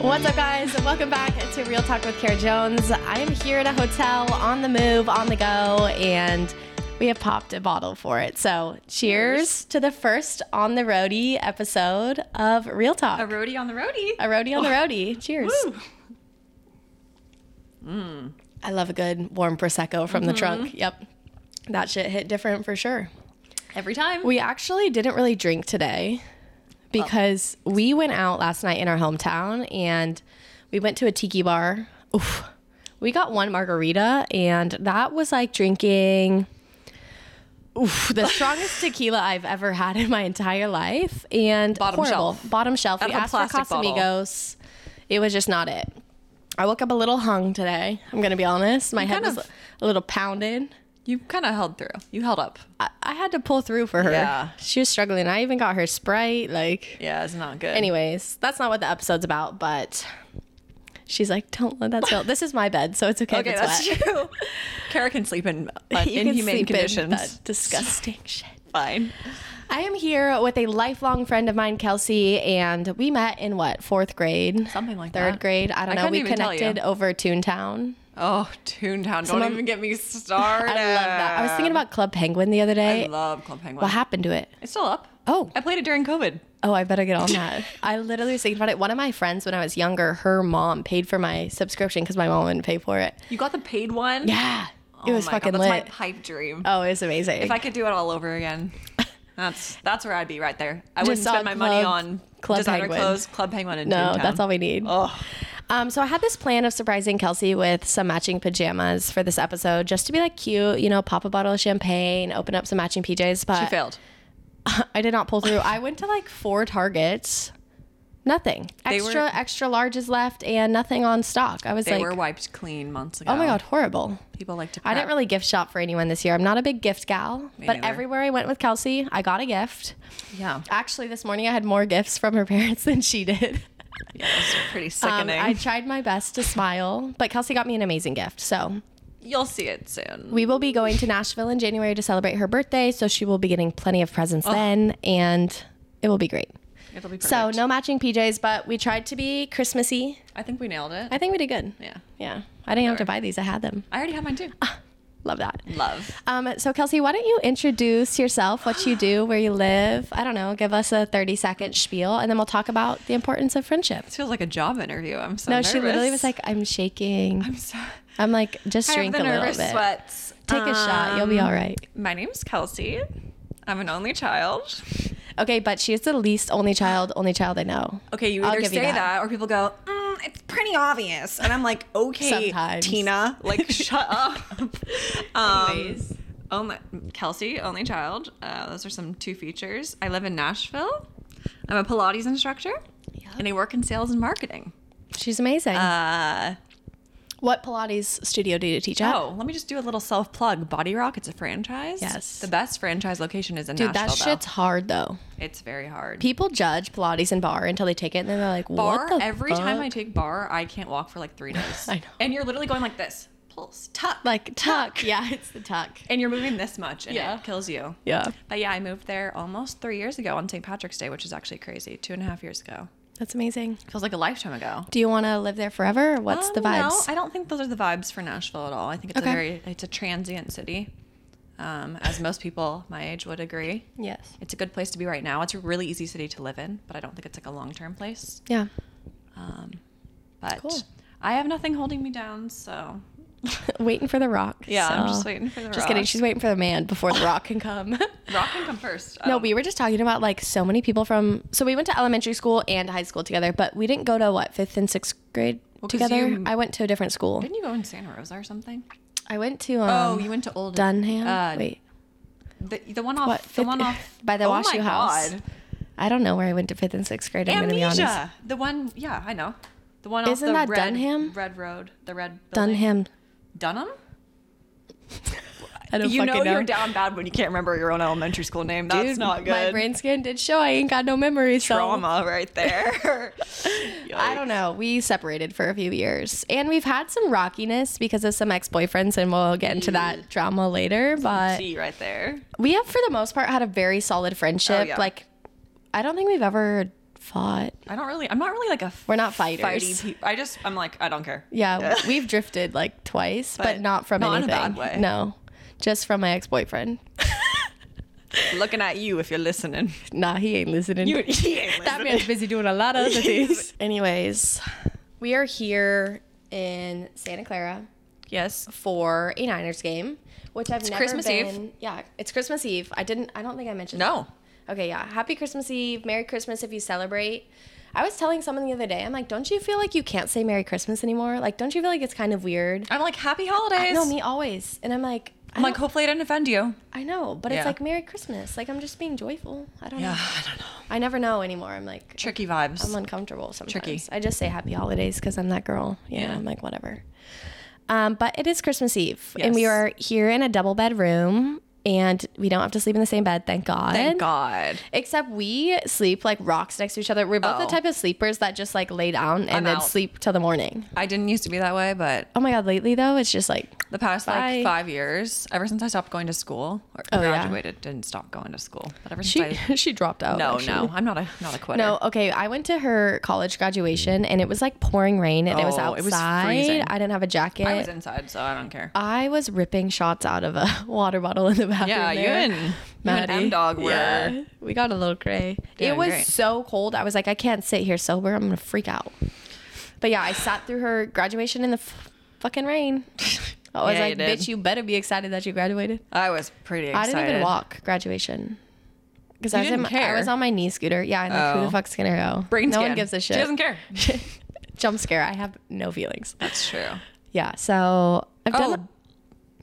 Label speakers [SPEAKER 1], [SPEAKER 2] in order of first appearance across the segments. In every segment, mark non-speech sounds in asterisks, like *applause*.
[SPEAKER 1] What's up, guys? Welcome back to Real Talk with Kara Jones. I am here at a hotel on the move, on the go, and we have popped a bottle for it. So, cheers to the first on the roadie episode of Real Talk.
[SPEAKER 2] A roadie on the roadie.
[SPEAKER 1] A roadie on the roadie. Cheers. Mm.
[SPEAKER 2] Woo.
[SPEAKER 1] I love a good warm Prosecco from the trunk. Yep. That shit hit different for sure.
[SPEAKER 2] Every time.
[SPEAKER 1] We actually didn't really drink today because we went out last night in our hometown and we went to a tiki bar. Oof. We got one margarita and that was like drinking oof,
[SPEAKER 2] *laughs*
[SPEAKER 1] the strongest tequila I've ever had in my entire life and
[SPEAKER 2] Bottom
[SPEAKER 1] horrible.
[SPEAKER 2] shelf.
[SPEAKER 1] Bottom shelf.
[SPEAKER 2] Out
[SPEAKER 1] We
[SPEAKER 2] of a
[SPEAKER 1] asked for
[SPEAKER 2] plastic bottle.
[SPEAKER 1] Casamigos. It was just not it. I woke up a little hung today. I'm going to be honest. My head
[SPEAKER 2] kind
[SPEAKER 1] was
[SPEAKER 2] of-
[SPEAKER 1] a little pounded.
[SPEAKER 2] you kind of held through. You held up.
[SPEAKER 1] I, I had to pull through for her.
[SPEAKER 2] Yeah.
[SPEAKER 1] She was struggling. I even got her Sprite. Like,
[SPEAKER 2] Yeah, it's not good.
[SPEAKER 1] anyways, that's not what the episode's about, but she's like, don't let that spill. This is my bed, so it's okay.
[SPEAKER 2] okay,
[SPEAKER 1] if it's
[SPEAKER 2] that's
[SPEAKER 1] wet. *laughs*
[SPEAKER 2] true. Kara can sleep in *laughs* uh,
[SPEAKER 1] You can
[SPEAKER 2] inhumane
[SPEAKER 1] sleep in
[SPEAKER 2] conditions.
[SPEAKER 1] that disgusting shit.
[SPEAKER 2] Fine.
[SPEAKER 1] I am here with a lifelong friend of mine, Kelsey, and we met in what, fourth grade?
[SPEAKER 2] Something like
[SPEAKER 1] Third
[SPEAKER 2] that.
[SPEAKER 1] grade? I don't
[SPEAKER 2] I
[SPEAKER 1] know.
[SPEAKER 2] couldn't
[SPEAKER 1] We
[SPEAKER 2] even tell you.
[SPEAKER 1] connected over Toontown.
[SPEAKER 2] Oh, Toontown. Don't
[SPEAKER 1] Someone-
[SPEAKER 2] even get me
[SPEAKER 1] *laughs* I
[SPEAKER 2] started.
[SPEAKER 1] love that. I was thinking about Club Penguin the other
[SPEAKER 2] I
[SPEAKER 1] day.
[SPEAKER 2] love Club Penguin.
[SPEAKER 1] what happened to it?
[SPEAKER 2] It's still up.
[SPEAKER 1] Oh.
[SPEAKER 2] I played it during COVID.
[SPEAKER 1] Oh, I better get on that. I literally was thinking about it. One of my friends, when I was younger, her mom paid for my subscription because my mom wouldn't pay for it.
[SPEAKER 2] You got the paid one?
[SPEAKER 1] Yeah, it
[SPEAKER 2] Oh
[SPEAKER 1] was
[SPEAKER 2] my
[SPEAKER 1] fucking
[SPEAKER 2] God, that's
[SPEAKER 1] lit.
[SPEAKER 2] my pipe dream.
[SPEAKER 1] oh, it was amazing.
[SPEAKER 2] If I could do it all
[SPEAKER 1] *laughs*
[SPEAKER 2] over again, that's that's where I'd be right there. I wouldn't
[SPEAKER 1] Just
[SPEAKER 2] spend
[SPEAKER 1] on
[SPEAKER 2] my money
[SPEAKER 1] Club-
[SPEAKER 2] on
[SPEAKER 1] Club
[SPEAKER 2] designer
[SPEAKER 1] Penguin.
[SPEAKER 2] clothes, Club Penguin, and
[SPEAKER 1] no,
[SPEAKER 2] Toontown.
[SPEAKER 1] that's all we need.
[SPEAKER 2] Oh,
[SPEAKER 1] Um, so I had this plan of surprising Kelsey with some matching pajamas for this episode, just to be like cute, you know, pop a bottle of champagne, open up some matching PJs. But
[SPEAKER 2] she failed.
[SPEAKER 1] *laughs* I did not pull through. I went to like four Targets. Nothing.
[SPEAKER 2] They were-
[SPEAKER 1] Extra extra large is left and nothing on stock. I was
[SPEAKER 2] They
[SPEAKER 1] like,
[SPEAKER 2] were wiped clean months ago.
[SPEAKER 1] oh my god, horrible.
[SPEAKER 2] People like to.
[SPEAKER 1] I didn't
[SPEAKER 2] prep.
[SPEAKER 1] really gift shop for anyone this year. I'm not a big gift gal, but
[SPEAKER 2] neither.
[SPEAKER 1] everywhere I went with Kelsey, I got a gift.
[SPEAKER 2] Yeah,
[SPEAKER 1] Actually, this morning I had more gifts from her *laughs* parents than she did.
[SPEAKER 2] yeah, it's pretty
[SPEAKER 1] Um,
[SPEAKER 2] sickening.
[SPEAKER 1] I tried my best to smile, but Kelsey got me an amazing gift. So
[SPEAKER 2] You'll see it soon.
[SPEAKER 1] we will be going to Nashville in January to celebrate her birthday. So she will be getting plenty of presents
[SPEAKER 2] Oh.
[SPEAKER 1] then, and it will be great.
[SPEAKER 2] It'll be perfect.
[SPEAKER 1] So no matching PJs, but we tried to be Christmassy.
[SPEAKER 2] I think we nailed it.
[SPEAKER 1] I think we did good.
[SPEAKER 2] yeah,
[SPEAKER 1] Yeah, I didn't have to buy these. I had them. Ah,
[SPEAKER 2] I already have mine
[SPEAKER 1] *laughs*
[SPEAKER 2] too.
[SPEAKER 1] Love that.
[SPEAKER 2] Love.
[SPEAKER 1] Um, so Kelsey, why don't you introduce yourself, what you do, where you live? I don't know. Give us a thirty second spiel, and then we'll talk about the importance of friendship.
[SPEAKER 2] This feels like a job interview. I'm so
[SPEAKER 1] No,
[SPEAKER 2] nervous.
[SPEAKER 1] she literally was like, "I'm shaking."
[SPEAKER 2] *laughs* I'm so.
[SPEAKER 1] I'm like, just
[SPEAKER 2] I have
[SPEAKER 1] drink
[SPEAKER 2] the
[SPEAKER 1] a little
[SPEAKER 2] nervous
[SPEAKER 1] bit.
[SPEAKER 2] sweats. Um,
[SPEAKER 1] Take a shot. You'll be all right.
[SPEAKER 2] My name's Kelsey. I'm an only child.
[SPEAKER 1] Okay, but she is the least only child, only child I know.
[SPEAKER 2] Okay, you
[SPEAKER 1] I'll
[SPEAKER 2] either
[SPEAKER 1] give
[SPEAKER 2] say
[SPEAKER 1] you
[SPEAKER 2] that.
[SPEAKER 1] that.
[SPEAKER 2] or people go, mm, it's pretty obvious. And I'm like, okay,
[SPEAKER 1] Sometimes.
[SPEAKER 2] Tina,
[SPEAKER 1] *laughs*
[SPEAKER 2] like, shut up. um,
[SPEAKER 1] Anyways.
[SPEAKER 2] oh my, Kelsey, only child. Uh, those are some two features. I live in Nashville. I'm a Pilates instructor, and I work in sales and marketing.
[SPEAKER 1] She's amazing.
[SPEAKER 2] Uh,
[SPEAKER 1] what Pilates studio do you teach at?
[SPEAKER 2] oh, let me just do a little self plug. Body Rock, it's a franchise.
[SPEAKER 1] Yes.
[SPEAKER 2] The best franchise location is in
[SPEAKER 1] Dude, that
[SPEAKER 2] Nashville. though.
[SPEAKER 1] shit's hard though.
[SPEAKER 2] It's very hard.
[SPEAKER 1] People judge Pilates and bar until they take it, and then they're like,
[SPEAKER 2] bar
[SPEAKER 1] "What the
[SPEAKER 2] every time I
[SPEAKER 1] fuck?"
[SPEAKER 2] take bar, I can't walk for like
[SPEAKER 1] *laughs*
[SPEAKER 2] three days.
[SPEAKER 1] I know.
[SPEAKER 2] And you're literally going like this, pulse, tuck,
[SPEAKER 1] like tuck." Yeah, it's the tuck.
[SPEAKER 2] and you're moving this much, and
[SPEAKER 1] Yeah.
[SPEAKER 2] it kills you.
[SPEAKER 1] Yeah,
[SPEAKER 2] But yeah, I moved there almost three years ago on St. Patrick's Day, which is actually crazy. Two and a half years ago.
[SPEAKER 1] that's amazing.
[SPEAKER 2] Feels like a lifetime ago.
[SPEAKER 1] Do you want to live there forever? Or what's the
[SPEAKER 2] Um, no,
[SPEAKER 1] vibes?
[SPEAKER 2] I don't think those are the vibes for Nashville at all. I think it's
[SPEAKER 1] Okay.
[SPEAKER 2] a very it's a transient city, um, as most people my age would agree.
[SPEAKER 1] yes.
[SPEAKER 2] It's a good place to be right now. It's a really easy city to live in, but I don't think it's like a long term place.
[SPEAKER 1] Yeah. *laughs*
[SPEAKER 2] Um, but
[SPEAKER 1] Cool.
[SPEAKER 2] I have nothing holding me down, so
[SPEAKER 1] *laughs* waiting for the rock.
[SPEAKER 2] Yeah, I'm just
[SPEAKER 1] so-
[SPEAKER 2] waiting for the
[SPEAKER 1] Just kidding.
[SPEAKER 2] rock.
[SPEAKER 1] She's waiting for the man before the rock can come. *laughs*
[SPEAKER 2] rock can come first.
[SPEAKER 1] No,
[SPEAKER 2] Um,
[SPEAKER 1] we were just talking about like so many people from. So we went to elementary school and high school together, but we didn't go to what fifth and sixth grade
[SPEAKER 2] 'cause
[SPEAKER 1] together.
[SPEAKER 2] you-
[SPEAKER 1] I went to a different school.
[SPEAKER 2] didn't you go in Santa Rosa or something?
[SPEAKER 1] I went to um,
[SPEAKER 2] Oh, you went to Old
[SPEAKER 1] Dunham.
[SPEAKER 2] Uh,
[SPEAKER 1] Wait,
[SPEAKER 2] the, the one off
[SPEAKER 1] What,
[SPEAKER 2] the
[SPEAKER 1] fifth- *laughs*
[SPEAKER 2] one off
[SPEAKER 1] by the
[SPEAKER 2] oh
[SPEAKER 1] Washoe
[SPEAKER 2] my
[SPEAKER 1] House.
[SPEAKER 2] God.
[SPEAKER 1] I don't know where I went to fifth and sixth grade. I'm gonna be honest.
[SPEAKER 2] Amnesia. The one, yeah, I know. The one off
[SPEAKER 1] Isn't
[SPEAKER 2] the
[SPEAKER 1] that
[SPEAKER 2] red,
[SPEAKER 1] Dunham?
[SPEAKER 2] Red Road, the red building.
[SPEAKER 1] Dunham.
[SPEAKER 2] Dunham.
[SPEAKER 1] I don't
[SPEAKER 2] You
[SPEAKER 1] fucking
[SPEAKER 2] know, you're down bad when you can't remember your own elementary school name. That's
[SPEAKER 1] Dude,
[SPEAKER 2] not good.
[SPEAKER 1] My brain scan did show I ain't got no memory. So
[SPEAKER 2] Trauma right there.
[SPEAKER 1] *laughs* I don't know. We separated for a few years, and we've had some rockiness because of some ex-boyfriends, and we'll get into
[SPEAKER 2] Mm.
[SPEAKER 1] that drama later. But
[SPEAKER 2] See right there.
[SPEAKER 1] we have for the most part had a very solid friendship
[SPEAKER 2] Oh, yeah.
[SPEAKER 1] like i don't think we've ever fought.
[SPEAKER 2] I don't really. I'm not really like a
[SPEAKER 1] We're not fighters.
[SPEAKER 2] fighty. Pe- I just. I'm like I don't care. *laughs*
[SPEAKER 1] Yeah, *laughs* we've drifted like twice, but,
[SPEAKER 2] But
[SPEAKER 1] not from
[SPEAKER 2] not in a
[SPEAKER 1] anything.
[SPEAKER 2] bad way.
[SPEAKER 1] No, just from my ex boyfriend.
[SPEAKER 2] Looking at you if you're listening.
[SPEAKER 1] *laughs* Nah, he ain't listening.
[SPEAKER 2] You- he
[SPEAKER 1] *laughs*
[SPEAKER 2] ain't
[SPEAKER 1] that
[SPEAKER 2] listening.
[SPEAKER 1] man's busy doing a lot of
[SPEAKER 2] *laughs*
[SPEAKER 1] other things. Anyways, we are here in Santa Clara
[SPEAKER 2] Yes.
[SPEAKER 1] for a Niners game, which I've never
[SPEAKER 2] Christmas Eve.
[SPEAKER 1] been. Yeah, it's Christmas Eve. I didn't. I don't think I mentioned.
[SPEAKER 2] No.
[SPEAKER 1] Okay, yeah. Happy Christmas Eve. Merry Christmas if you celebrate. I was telling someone the other day, I'm like, don't you feel like you can't say Merry Christmas anymore? Like, don't you feel like it's kind of weird?
[SPEAKER 2] I'm like happy holidays.
[SPEAKER 1] No, me always. And I'm like, I,
[SPEAKER 2] I'm like
[SPEAKER 1] don't-
[SPEAKER 2] hopefully I didn't offend you.
[SPEAKER 1] I know, but
[SPEAKER 2] Yeah.
[SPEAKER 1] it's like Merry Christmas. Like, I'm just being joyful. I don't know.
[SPEAKER 2] I don't know.
[SPEAKER 1] I never know anymore. I'm like,
[SPEAKER 2] Tricky vibes.
[SPEAKER 1] I'm uncomfortable sometimes.
[SPEAKER 2] Tricky.
[SPEAKER 1] I just say happy holidays because I'm that girl. Yeah,
[SPEAKER 2] Yeah.
[SPEAKER 1] I'm like, whatever. Um, but it is Christmas Eve, and we
[SPEAKER 2] Yes.
[SPEAKER 1] are here in a double bed room, and we don't have to sleep in the same bed, thank God.
[SPEAKER 2] Thank God.
[SPEAKER 1] Except we sleep like rocks next to each other. We're both the
[SPEAKER 2] Oh.
[SPEAKER 1] type of sleepers that just like lay down and
[SPEAKER 2] I'm
[SPEAKER 1] then
[SPEAKER 2] out.
[SPEAKER 1] sleep till the morning.
[SPEAKER 2] I didn't used to be that way, but
[SPEAKER 1] Oh my God, lately though, it's just like,
[SPEAKER 2] the past
[SPEAKER 1] Bye.
[SPEAKER 2] like five years, ever since I stopped going to school or
[SPEAKER 1] Oh, yeah.
[SPEAKER 2] graduated, didn't stop going to school. But ever
[SPEAKER 1] she, *laughs*
[SPEAKER 2] since
[SPEAKER 1] she dropped out.
[SPEAKER 2] I no,
[SPEAKER 1] actually.
[SPEAKER 2] no, I'm not a not a quitter.
[SPEAKER 1] No, okay. I went to her college graduation and it was like pouring rain and it was
[SPEAKER 2] Oh, it was
[SPEAKER 1] outside.
[SPEAKER 2] freezing.
[SPEAKER 1] I didn't have a jacket.
[SPEAKER 2] I was inside, so I don't care.
[SPEAKER 1] I *laughs* was ripping shots out of a *laughs* water bottle in the bathroom.
[SPEAKER 2] yeah, you
[SPEAKER 1] there.
[SPEAKER 2] and you and M Dog were.
[SPEAKER 1] Yeah, we got a little gray.
[SPEAKER 2] Doing
[SPEAKER 1] it was
[SPEAKER 2] great.
[SPEAKER 1] so cold. I was like, I can't sit here sober. I'm gonna freak out. But yeah, I sat through her graduation in the f- fucking rain. I was
[SPEAKER 2] Yeah,
[SPEAKER 1] like,
[SPEAKER 2] you did.
[SPEAKER 1] bitch, you better be excited that you graduated.
[SPEAKER 2] I was pretty
[SPEAKER 1] I
[SPEAKER 2] excited.
[SPEAKER 1] didn't even walk graduation because I
[SPEAKER 2] You
[SPEAKER 1] was in
[SPEAKER 2] didn't
[SPEAKER 1] my, I
[SPEAKER 2] care.
[SPEAKER 1] was on my knee scooter. Yeah, I'm like, who
[SPEAKER 2] Oh.
[SPEAKER 1] the fuck's gonna go?
[SPEAKER 2] Brain
[SPEAKER 1] no one
[SPEAKER 2] scan.
[SPEAKER 1] gives a shit.
[SPEAKER 2] She doesn't
[SPEAKER 1] *laughs*
[SPEAKER 2] care.
[SPEAKER 1] Jump scare. I have no feelings.
[SPEAKER 2] That's true.
[SPEAKER 1] Yeah. So I've done.
[SPEAKER 2] Oh.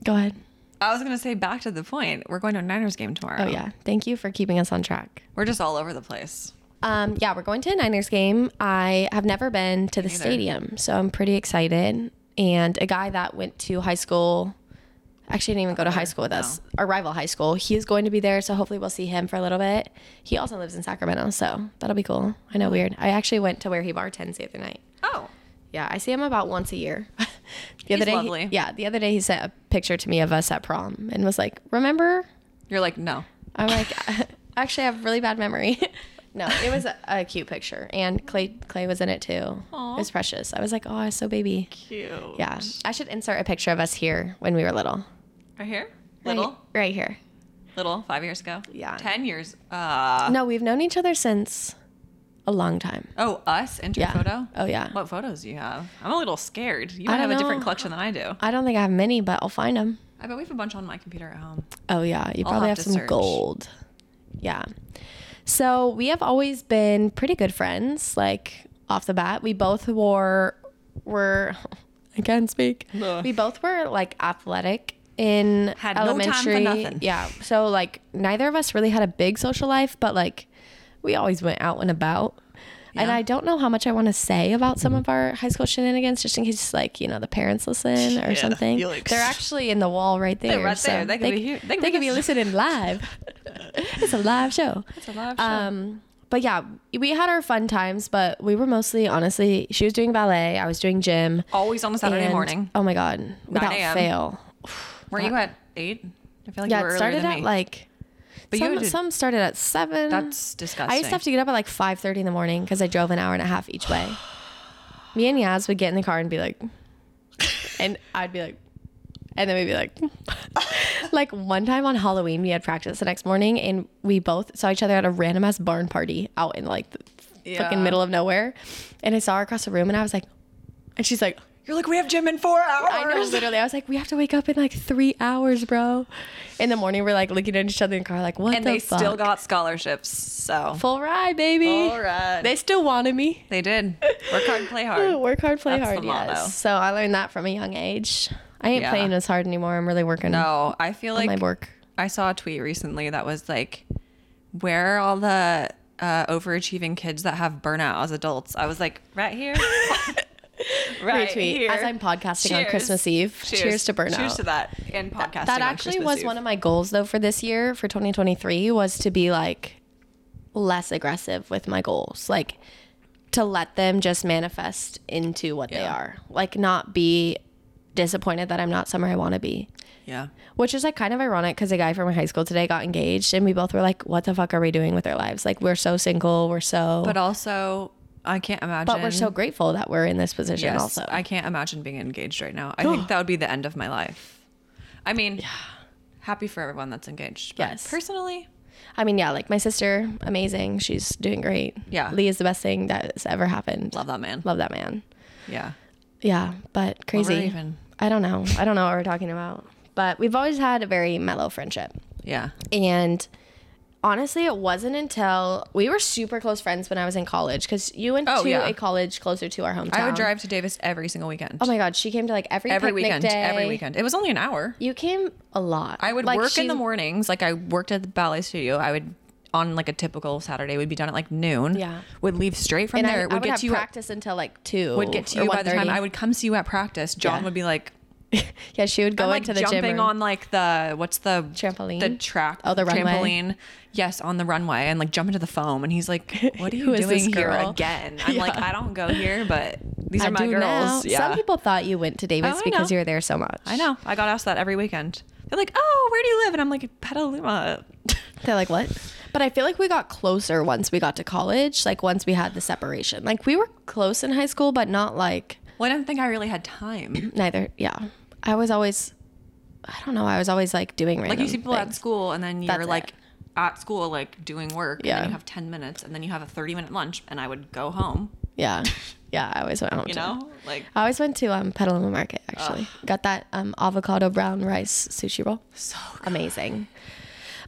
[SPEAKER 1] Go ahead.
[SPEAKER 2] I was gonna say back to the point. We're going to a Niners game tomorrow.
[SPEAKER 1] Oh yeah. Thank you for keeping us on track.
[SPEAKER 2] We're just all over the place.
[SPEAKER 1] Um, yeah, we're going to a Niners game. I have never been to the
[SPEAKER 2] neither.
[SPEAKER 1] stadium, so I'm pretty excited. And a guy that went to high school, actually didn't even go to high school with us,
[SPEAKER 2] Oh.
[SPEAKER 1] our rival high school, he is going to be there, so hopefully we'll see him for a little bit. He also lives in Sacramento, so that'll be cool. I know, weird. I actually went to where he bartends the other night.
[SPEAKER 2] Oh.
[SPEAKER 1] Yeah, I see him about once a year. *laughs* the
[SPEAKER 2] He's
[SPEAKER 1] other day, he-
[SPEAKER 2] lovely.
[SPEAKER 1] yeah, the other day he sent a picture to me of us at prom and was like, "Remember
[SPEAKER 2] You're like, no.
[SPEAKER 1] I'm like, *laughs* actually, I have really bad memory. *laughs* no, it was a, a cute picture, and Clay Clay was in it too.
[SPEAKER 2] Aw.
[SPEAKER 1] It was precious. I was like, oh, I was so baby.
[SPEAKER 2] Cute.
[SPEAKER 1] Yeah, I should insert a picture of us here when we were little.
[SPEAKER 2] Right here?
[SPEAKER 1] Right-
[SPEAKER 2] Little.
[SPEAKER 1] right, here.
[SPEAKER 2] Little, five years ago.
[SPEAKER 1] Yeah.
[SPEAKER 2] Ten years. Uh
[SPEAKER 1] No, we've known each other since a long time.
[SPEAKER 2] oh, us into
[SPEAKER 1] Yeah.
[SPEAKER 2] your photo?
[SPEAKER 1] Oh yeah.
[SPEAKER 2] What photos do you have? I'm a little scared. You
[SPEAKER 1] I
[SPEAKER 2] might have
[SPEAKER 1] don't
[SPEAKER 2] a different
[SPEAKER 1] know.
[SPEAKER 2] collection than I do.
[SPEAKER 1] I don't think I have many, but I'll find them.
[SPEAKER 2] I bet we have a bunch on my computer at home.
[SPEAKER 1] Oh yeah, you
[SPEAKER 2] I'll
[SPEAKER 1] probably
[SPEAKER 2] have
[SPEAKER 1] have,
[SPEAKER 2] to
[SPEAKER 1] some
[SPEAKER 2] search.
[SPEAKER 1] gold. Yeah. So we have always been pretty good friends. Like off the bat, we both wore were *laughs* I can't speak.
[SPEAKER 2] Ugh.
[SPEAKER 1] We both were like athletic in
[SPEAKER 2] Had no time for
[SPEAKER 1] elementary.
[SPEAKER 2] nothing.
[SPEAKER 1] Yeah. So like neither of us really had a big social life, but like we always went out and about. And
[SPEAKER 2] Yeah.
[SPEAKER 1] I don't know how much I want to say about some of our high school shenanigans, just in case, like you know, the parents
[SPEAKER 2] *laughs*
[SPEAKER 1] listen or
[SPEAKER 2] Yeah,
[SPEAKER 1] something.
[SPEAKER 2] yikes.
[SPEAKER 1] They're actually in the wall right there.
[SPEAKER 2] They're right
[SPEAKER 1] so
[SPEAKER 2] there. They could
[SPEAKER 1] they,
[SPEAKER 2] be here. They could
[SPEAKER 1] they
[SPEAKER 2] be
[SPEAKER 1] could be
[SPEAKER 2] listening.
[SPEAKER 1] listening live.
[SPEAKER 2] *laughs*
[SPEAKER 1] it's a live show.
[SPEAKER 2] It's a live show.
[SPEAKER 1] Um, but yeah, we had our fun times, but we were mostly, honestly, she was doing ballet, I was doing gym.
[SPEAKER 2] Always on a Saturday
[SPEAKER 1] and-
[SPEAKER 2] morning.
[SPEAKER 1] Oh my god, without
[SPEAKER 2] a.m..
[SPEAKER 1] fail.
[SPEAKER 2] Were you at eight? I feel like you
[SPEAKER 1] Yeah,
[SPEAKER 2] were
[SPEAKER 1] it
[SPEAKER 2] earlier
[SPEAKER 1] started
[SPEAKER 2] than
[SPEAKER 1] at
[SPEAKER 2] me.
[SPEAKER 1] like.
[SPEAKER 2] But you
[SPEAKER 1] some,
[SPEAKER 2] had to-
[SPEAKER 1] some started at seven.
[SPEAKER 2] That's disgusting.
[SPEAKER 1] I used to have to get up at like five thirty in the morning because I drove an hour and a half each *sighs* way. Me and Yaz would get in the car and be like, and I'd be like, and then we'd be like, *laughs* like one time on Halloween we had practice the next morning and we both saw each other at a random ass barn party out in like the
[SPEAKER 2] Yeah.
[SPEAKER 1] fucking middle of nowhere, and I saw her across the room and I was like, and she's like.
[SPEAKER 2] You're like, we have gym in four hours.
[SPEAKER 1] *laughs* I know, literally. I was like, we have to wake up in like three hours, bro. In the morning, we're like looking at each other in the car, like, what
[SPEAKER 2] And
[SPEAKER 1] the
[SPEAKER 2] they
[SPEAKER 1] fuck?
[SPEAKER 2] still got scholarships. So
[SPEAKER 1] full ride, baby.
[SPEAKER 2] All *laughs* right.
[SPEAKER 1] They still wanted me.
[SPEAKER 2] they did. Work hard and play hard.
[SPEAKER 1] *laughs* Work hard, play
[SPEAKER 2] That's the
[SPEAKER 1] hard.
[SPEAKER 2] motto.
[SPEAKER 1] Yes. So I learned that from a young age. I ain't
[SPEAKER 2] Yeah.
[SPEAKER 1] playing as hard anymore. I'm really working on
[SPEAKER 2] No, I feel like
[SPEAKER 1] my
[SPEAKER 2] *laughs*
[SPEAKER 1] work.
[SPEAKER 2] I saw a tweet recently that was like, "Where are all the uh, overachieving kids that have burnout as adults?" I was like, "Right
[SPEAKER 1] *laughs*
[SPEAKER 2] here, *laughs* right
[SPEAKER 1] Retweet.
[SPEAKER 2] here."
[SPEAKER 1] As I'm podcasting on
[SPEAKER 2] Cheers.
[SPEAKER 1] Christmas Eve. Cheers, to burnout.
[SPEAKER 2] Cheers to that and podcasting.
[SPEAKER 1] that
[SPEAKER 2] on
[SPEAKER 1] actually
[SPEAKER 2] Christmas
[SPEAKER 1] was
[SPEAKER 2] Eve.
[SPEAKER 1] one of my goals though for this year for 2023 was to be like less aggressive with my goals like to let them just manifest into what they
[SPEAKER 2] Yeah.
[SPEAKER 1] are like not be disappointed that i'm not somewhere i want to be
[SPEAKER 2] Yeah.
[SPEAKER 1] which is like kind of ironic because a guy from my high school today got engaged and we both were like what the fuck are we doing with our lives like we're so single we're so
[SPEAKER 2] But
[SPEAKER 1] but,
[SPEAKER 2] also, I can't imagine.
[SPEAKER 1] we're so grateful that we're in this position
[SPEAKER 2] Yes,
[SPEAKER 1] also
[SPEAKER 2] I can't imagine being engaged right now.
[SPEAKER 1] *gasps*
[SPEAKER 2] I think that would be the end of my life. I mean, happy for everyone that's engaged. But
[SPEAKER 1] Yes.
[SPEAKER 2] Personally,
[SPEAKER 1] I mean yeah like my sister amazing she's doing great
[SPEAKER 2] Yeah.
[SPEAKER 1] Lee is the best thing that's ever happened
[SPEAKER 2] love that man.
[SPEAKER 1] love that man
[SPEAKER 2] Yeah.
[SPEAKER 1] yeah but
[SPEAKER 2] Over
[SPEAKER 1] crazy
[SPEAKER 2] even.
[SPEAKER 1] I don't know I don't know what we're talking about but we've always had a very mellow friendship
[SPEAKER 2] Yeah.
[SPEAKER 1] And honestly, it wasn't until we were super close friends when I was in college because you went
[SPEAKER 2] Oh,
[SPEAKER 1] to
[SPEAKER 2] yeah.
[SPEAKER 1] a college closer to our hometown.
[SPEAKER 2] I would drive to Davis every single weekend.
[SPEAKER 1] Oh my God, she came to like every
[SPEAKER 2] every
[SPEAKER 1] picnic
[SPEAKER 2] weekend.
[SPEAKER 1] day.
[SPEAKER 2] Every weekend. It was only an hour.
[SPEAKER 1] You came a lot.
[SPEAKER 2] I would
[SPEAKER 1] Like,
[SPEAKER 2] work in
[SPEAKER 1] she-
[SPEAKER 2] the mornings. Like I worked at the ballet studio. I would on like a typical Saturday would be done at like noon.
[SPEAKER 1] Yeah.
[SPEAKER 2] Would leave straight from
[SPEAKER 1] And
[SPEAKER 2] there.
[SPEAKER 1] I, I
[SPEAKER 2] would
[SPEAKER 1] would
[SPEAKER 2] get
[SPEAKER 1] have
[SPEAKER 2] to you at,
[SPEAKER 1] practice until like two.
[SPEAKER 2] would get to
[SPEAKER 1] or
[SPEAKER 2] you by the time
[SPEAKER 1] 1:30.
[SPEAKER 2] I would come see you at practice. John
[SPEAKER 1] Yeah.
[SPEAKER 2] would be like
[SPEAKER 1] yeah, she would *laughs* go
[SPEAKER 2] I'm like
[SPEAKER 1] into the
[SPEAKER 2] jumping
[SPEAKER 1] gym. room.
[SPEAKER 2] on like the what's the
[SPEAKER 1] Trampoline?
[SPEAKER 2] the track
[SPEAKER 1] Oh, the runway.
[SPEAKER 2] trampoline yes on the runway and like jump into the foam and
[SPEAKER 1] *laughs*
[SPEAKER 2] he's like what are you
[SPEAKER 1] Who is this
[SPEAKER 2] doing here
[SPEAKER 1] girl?
[SPEAKER 2] again I'm like I don't go here but these
[SPEAKER 1] I
[SPEAKER 2] are my
[SPEAKER 1] do
[SPEAKER 2] girls
[SPEAKER 1] now.
[SPEAKER 2] yeah
[SPEAKER 1] Some people thought you went to Davis
[SPEAKER 2] Oh, I
[SPEAKER 1] because
[SPEAKER 2] know.
[SPEAKER 1] you were there so much.
[SPEAKER 2] I know I got asked that every weekend they're like oh where do you live and I'm like Petaluma
[SPEAKER 1] *laughs* They're like, what? But I feel like we got closer once we got to college, like once we had the separation. Like we were close in high school, but not like
[SPEAKER 2] well I don't think I really
[SPEAKER 1] *clears throat*
[SPEAKER 2] had time
[SPEAKER 1] neither. Yeah. I was always, I don't know, I was always like doing random
[SPEAKER 2] like you see people at
[SPEAKER 1] things.
[SPEAKER 2] school and then you're
[SPEAKER 1] That's it.
[SPEAKER 2] like at school like doing work and
[SPEAKER 1] Yeah.
[SPEAKER 2] then you have 10 minutes and then you have a 30 minute lunch and I would go home
[SPEAKER 1] Yeah. Yeah. I always went home.
[SPEAKER 2] you
[SPEAKER 1] to-
[SPEAKER 2] know like
[SPEAKER 1] I always went to um, Petaluma Market, actually. Got that um, avocado brown rice sushi roll.
[SPEAKER 2] so
[SPEAKER 1] amazing.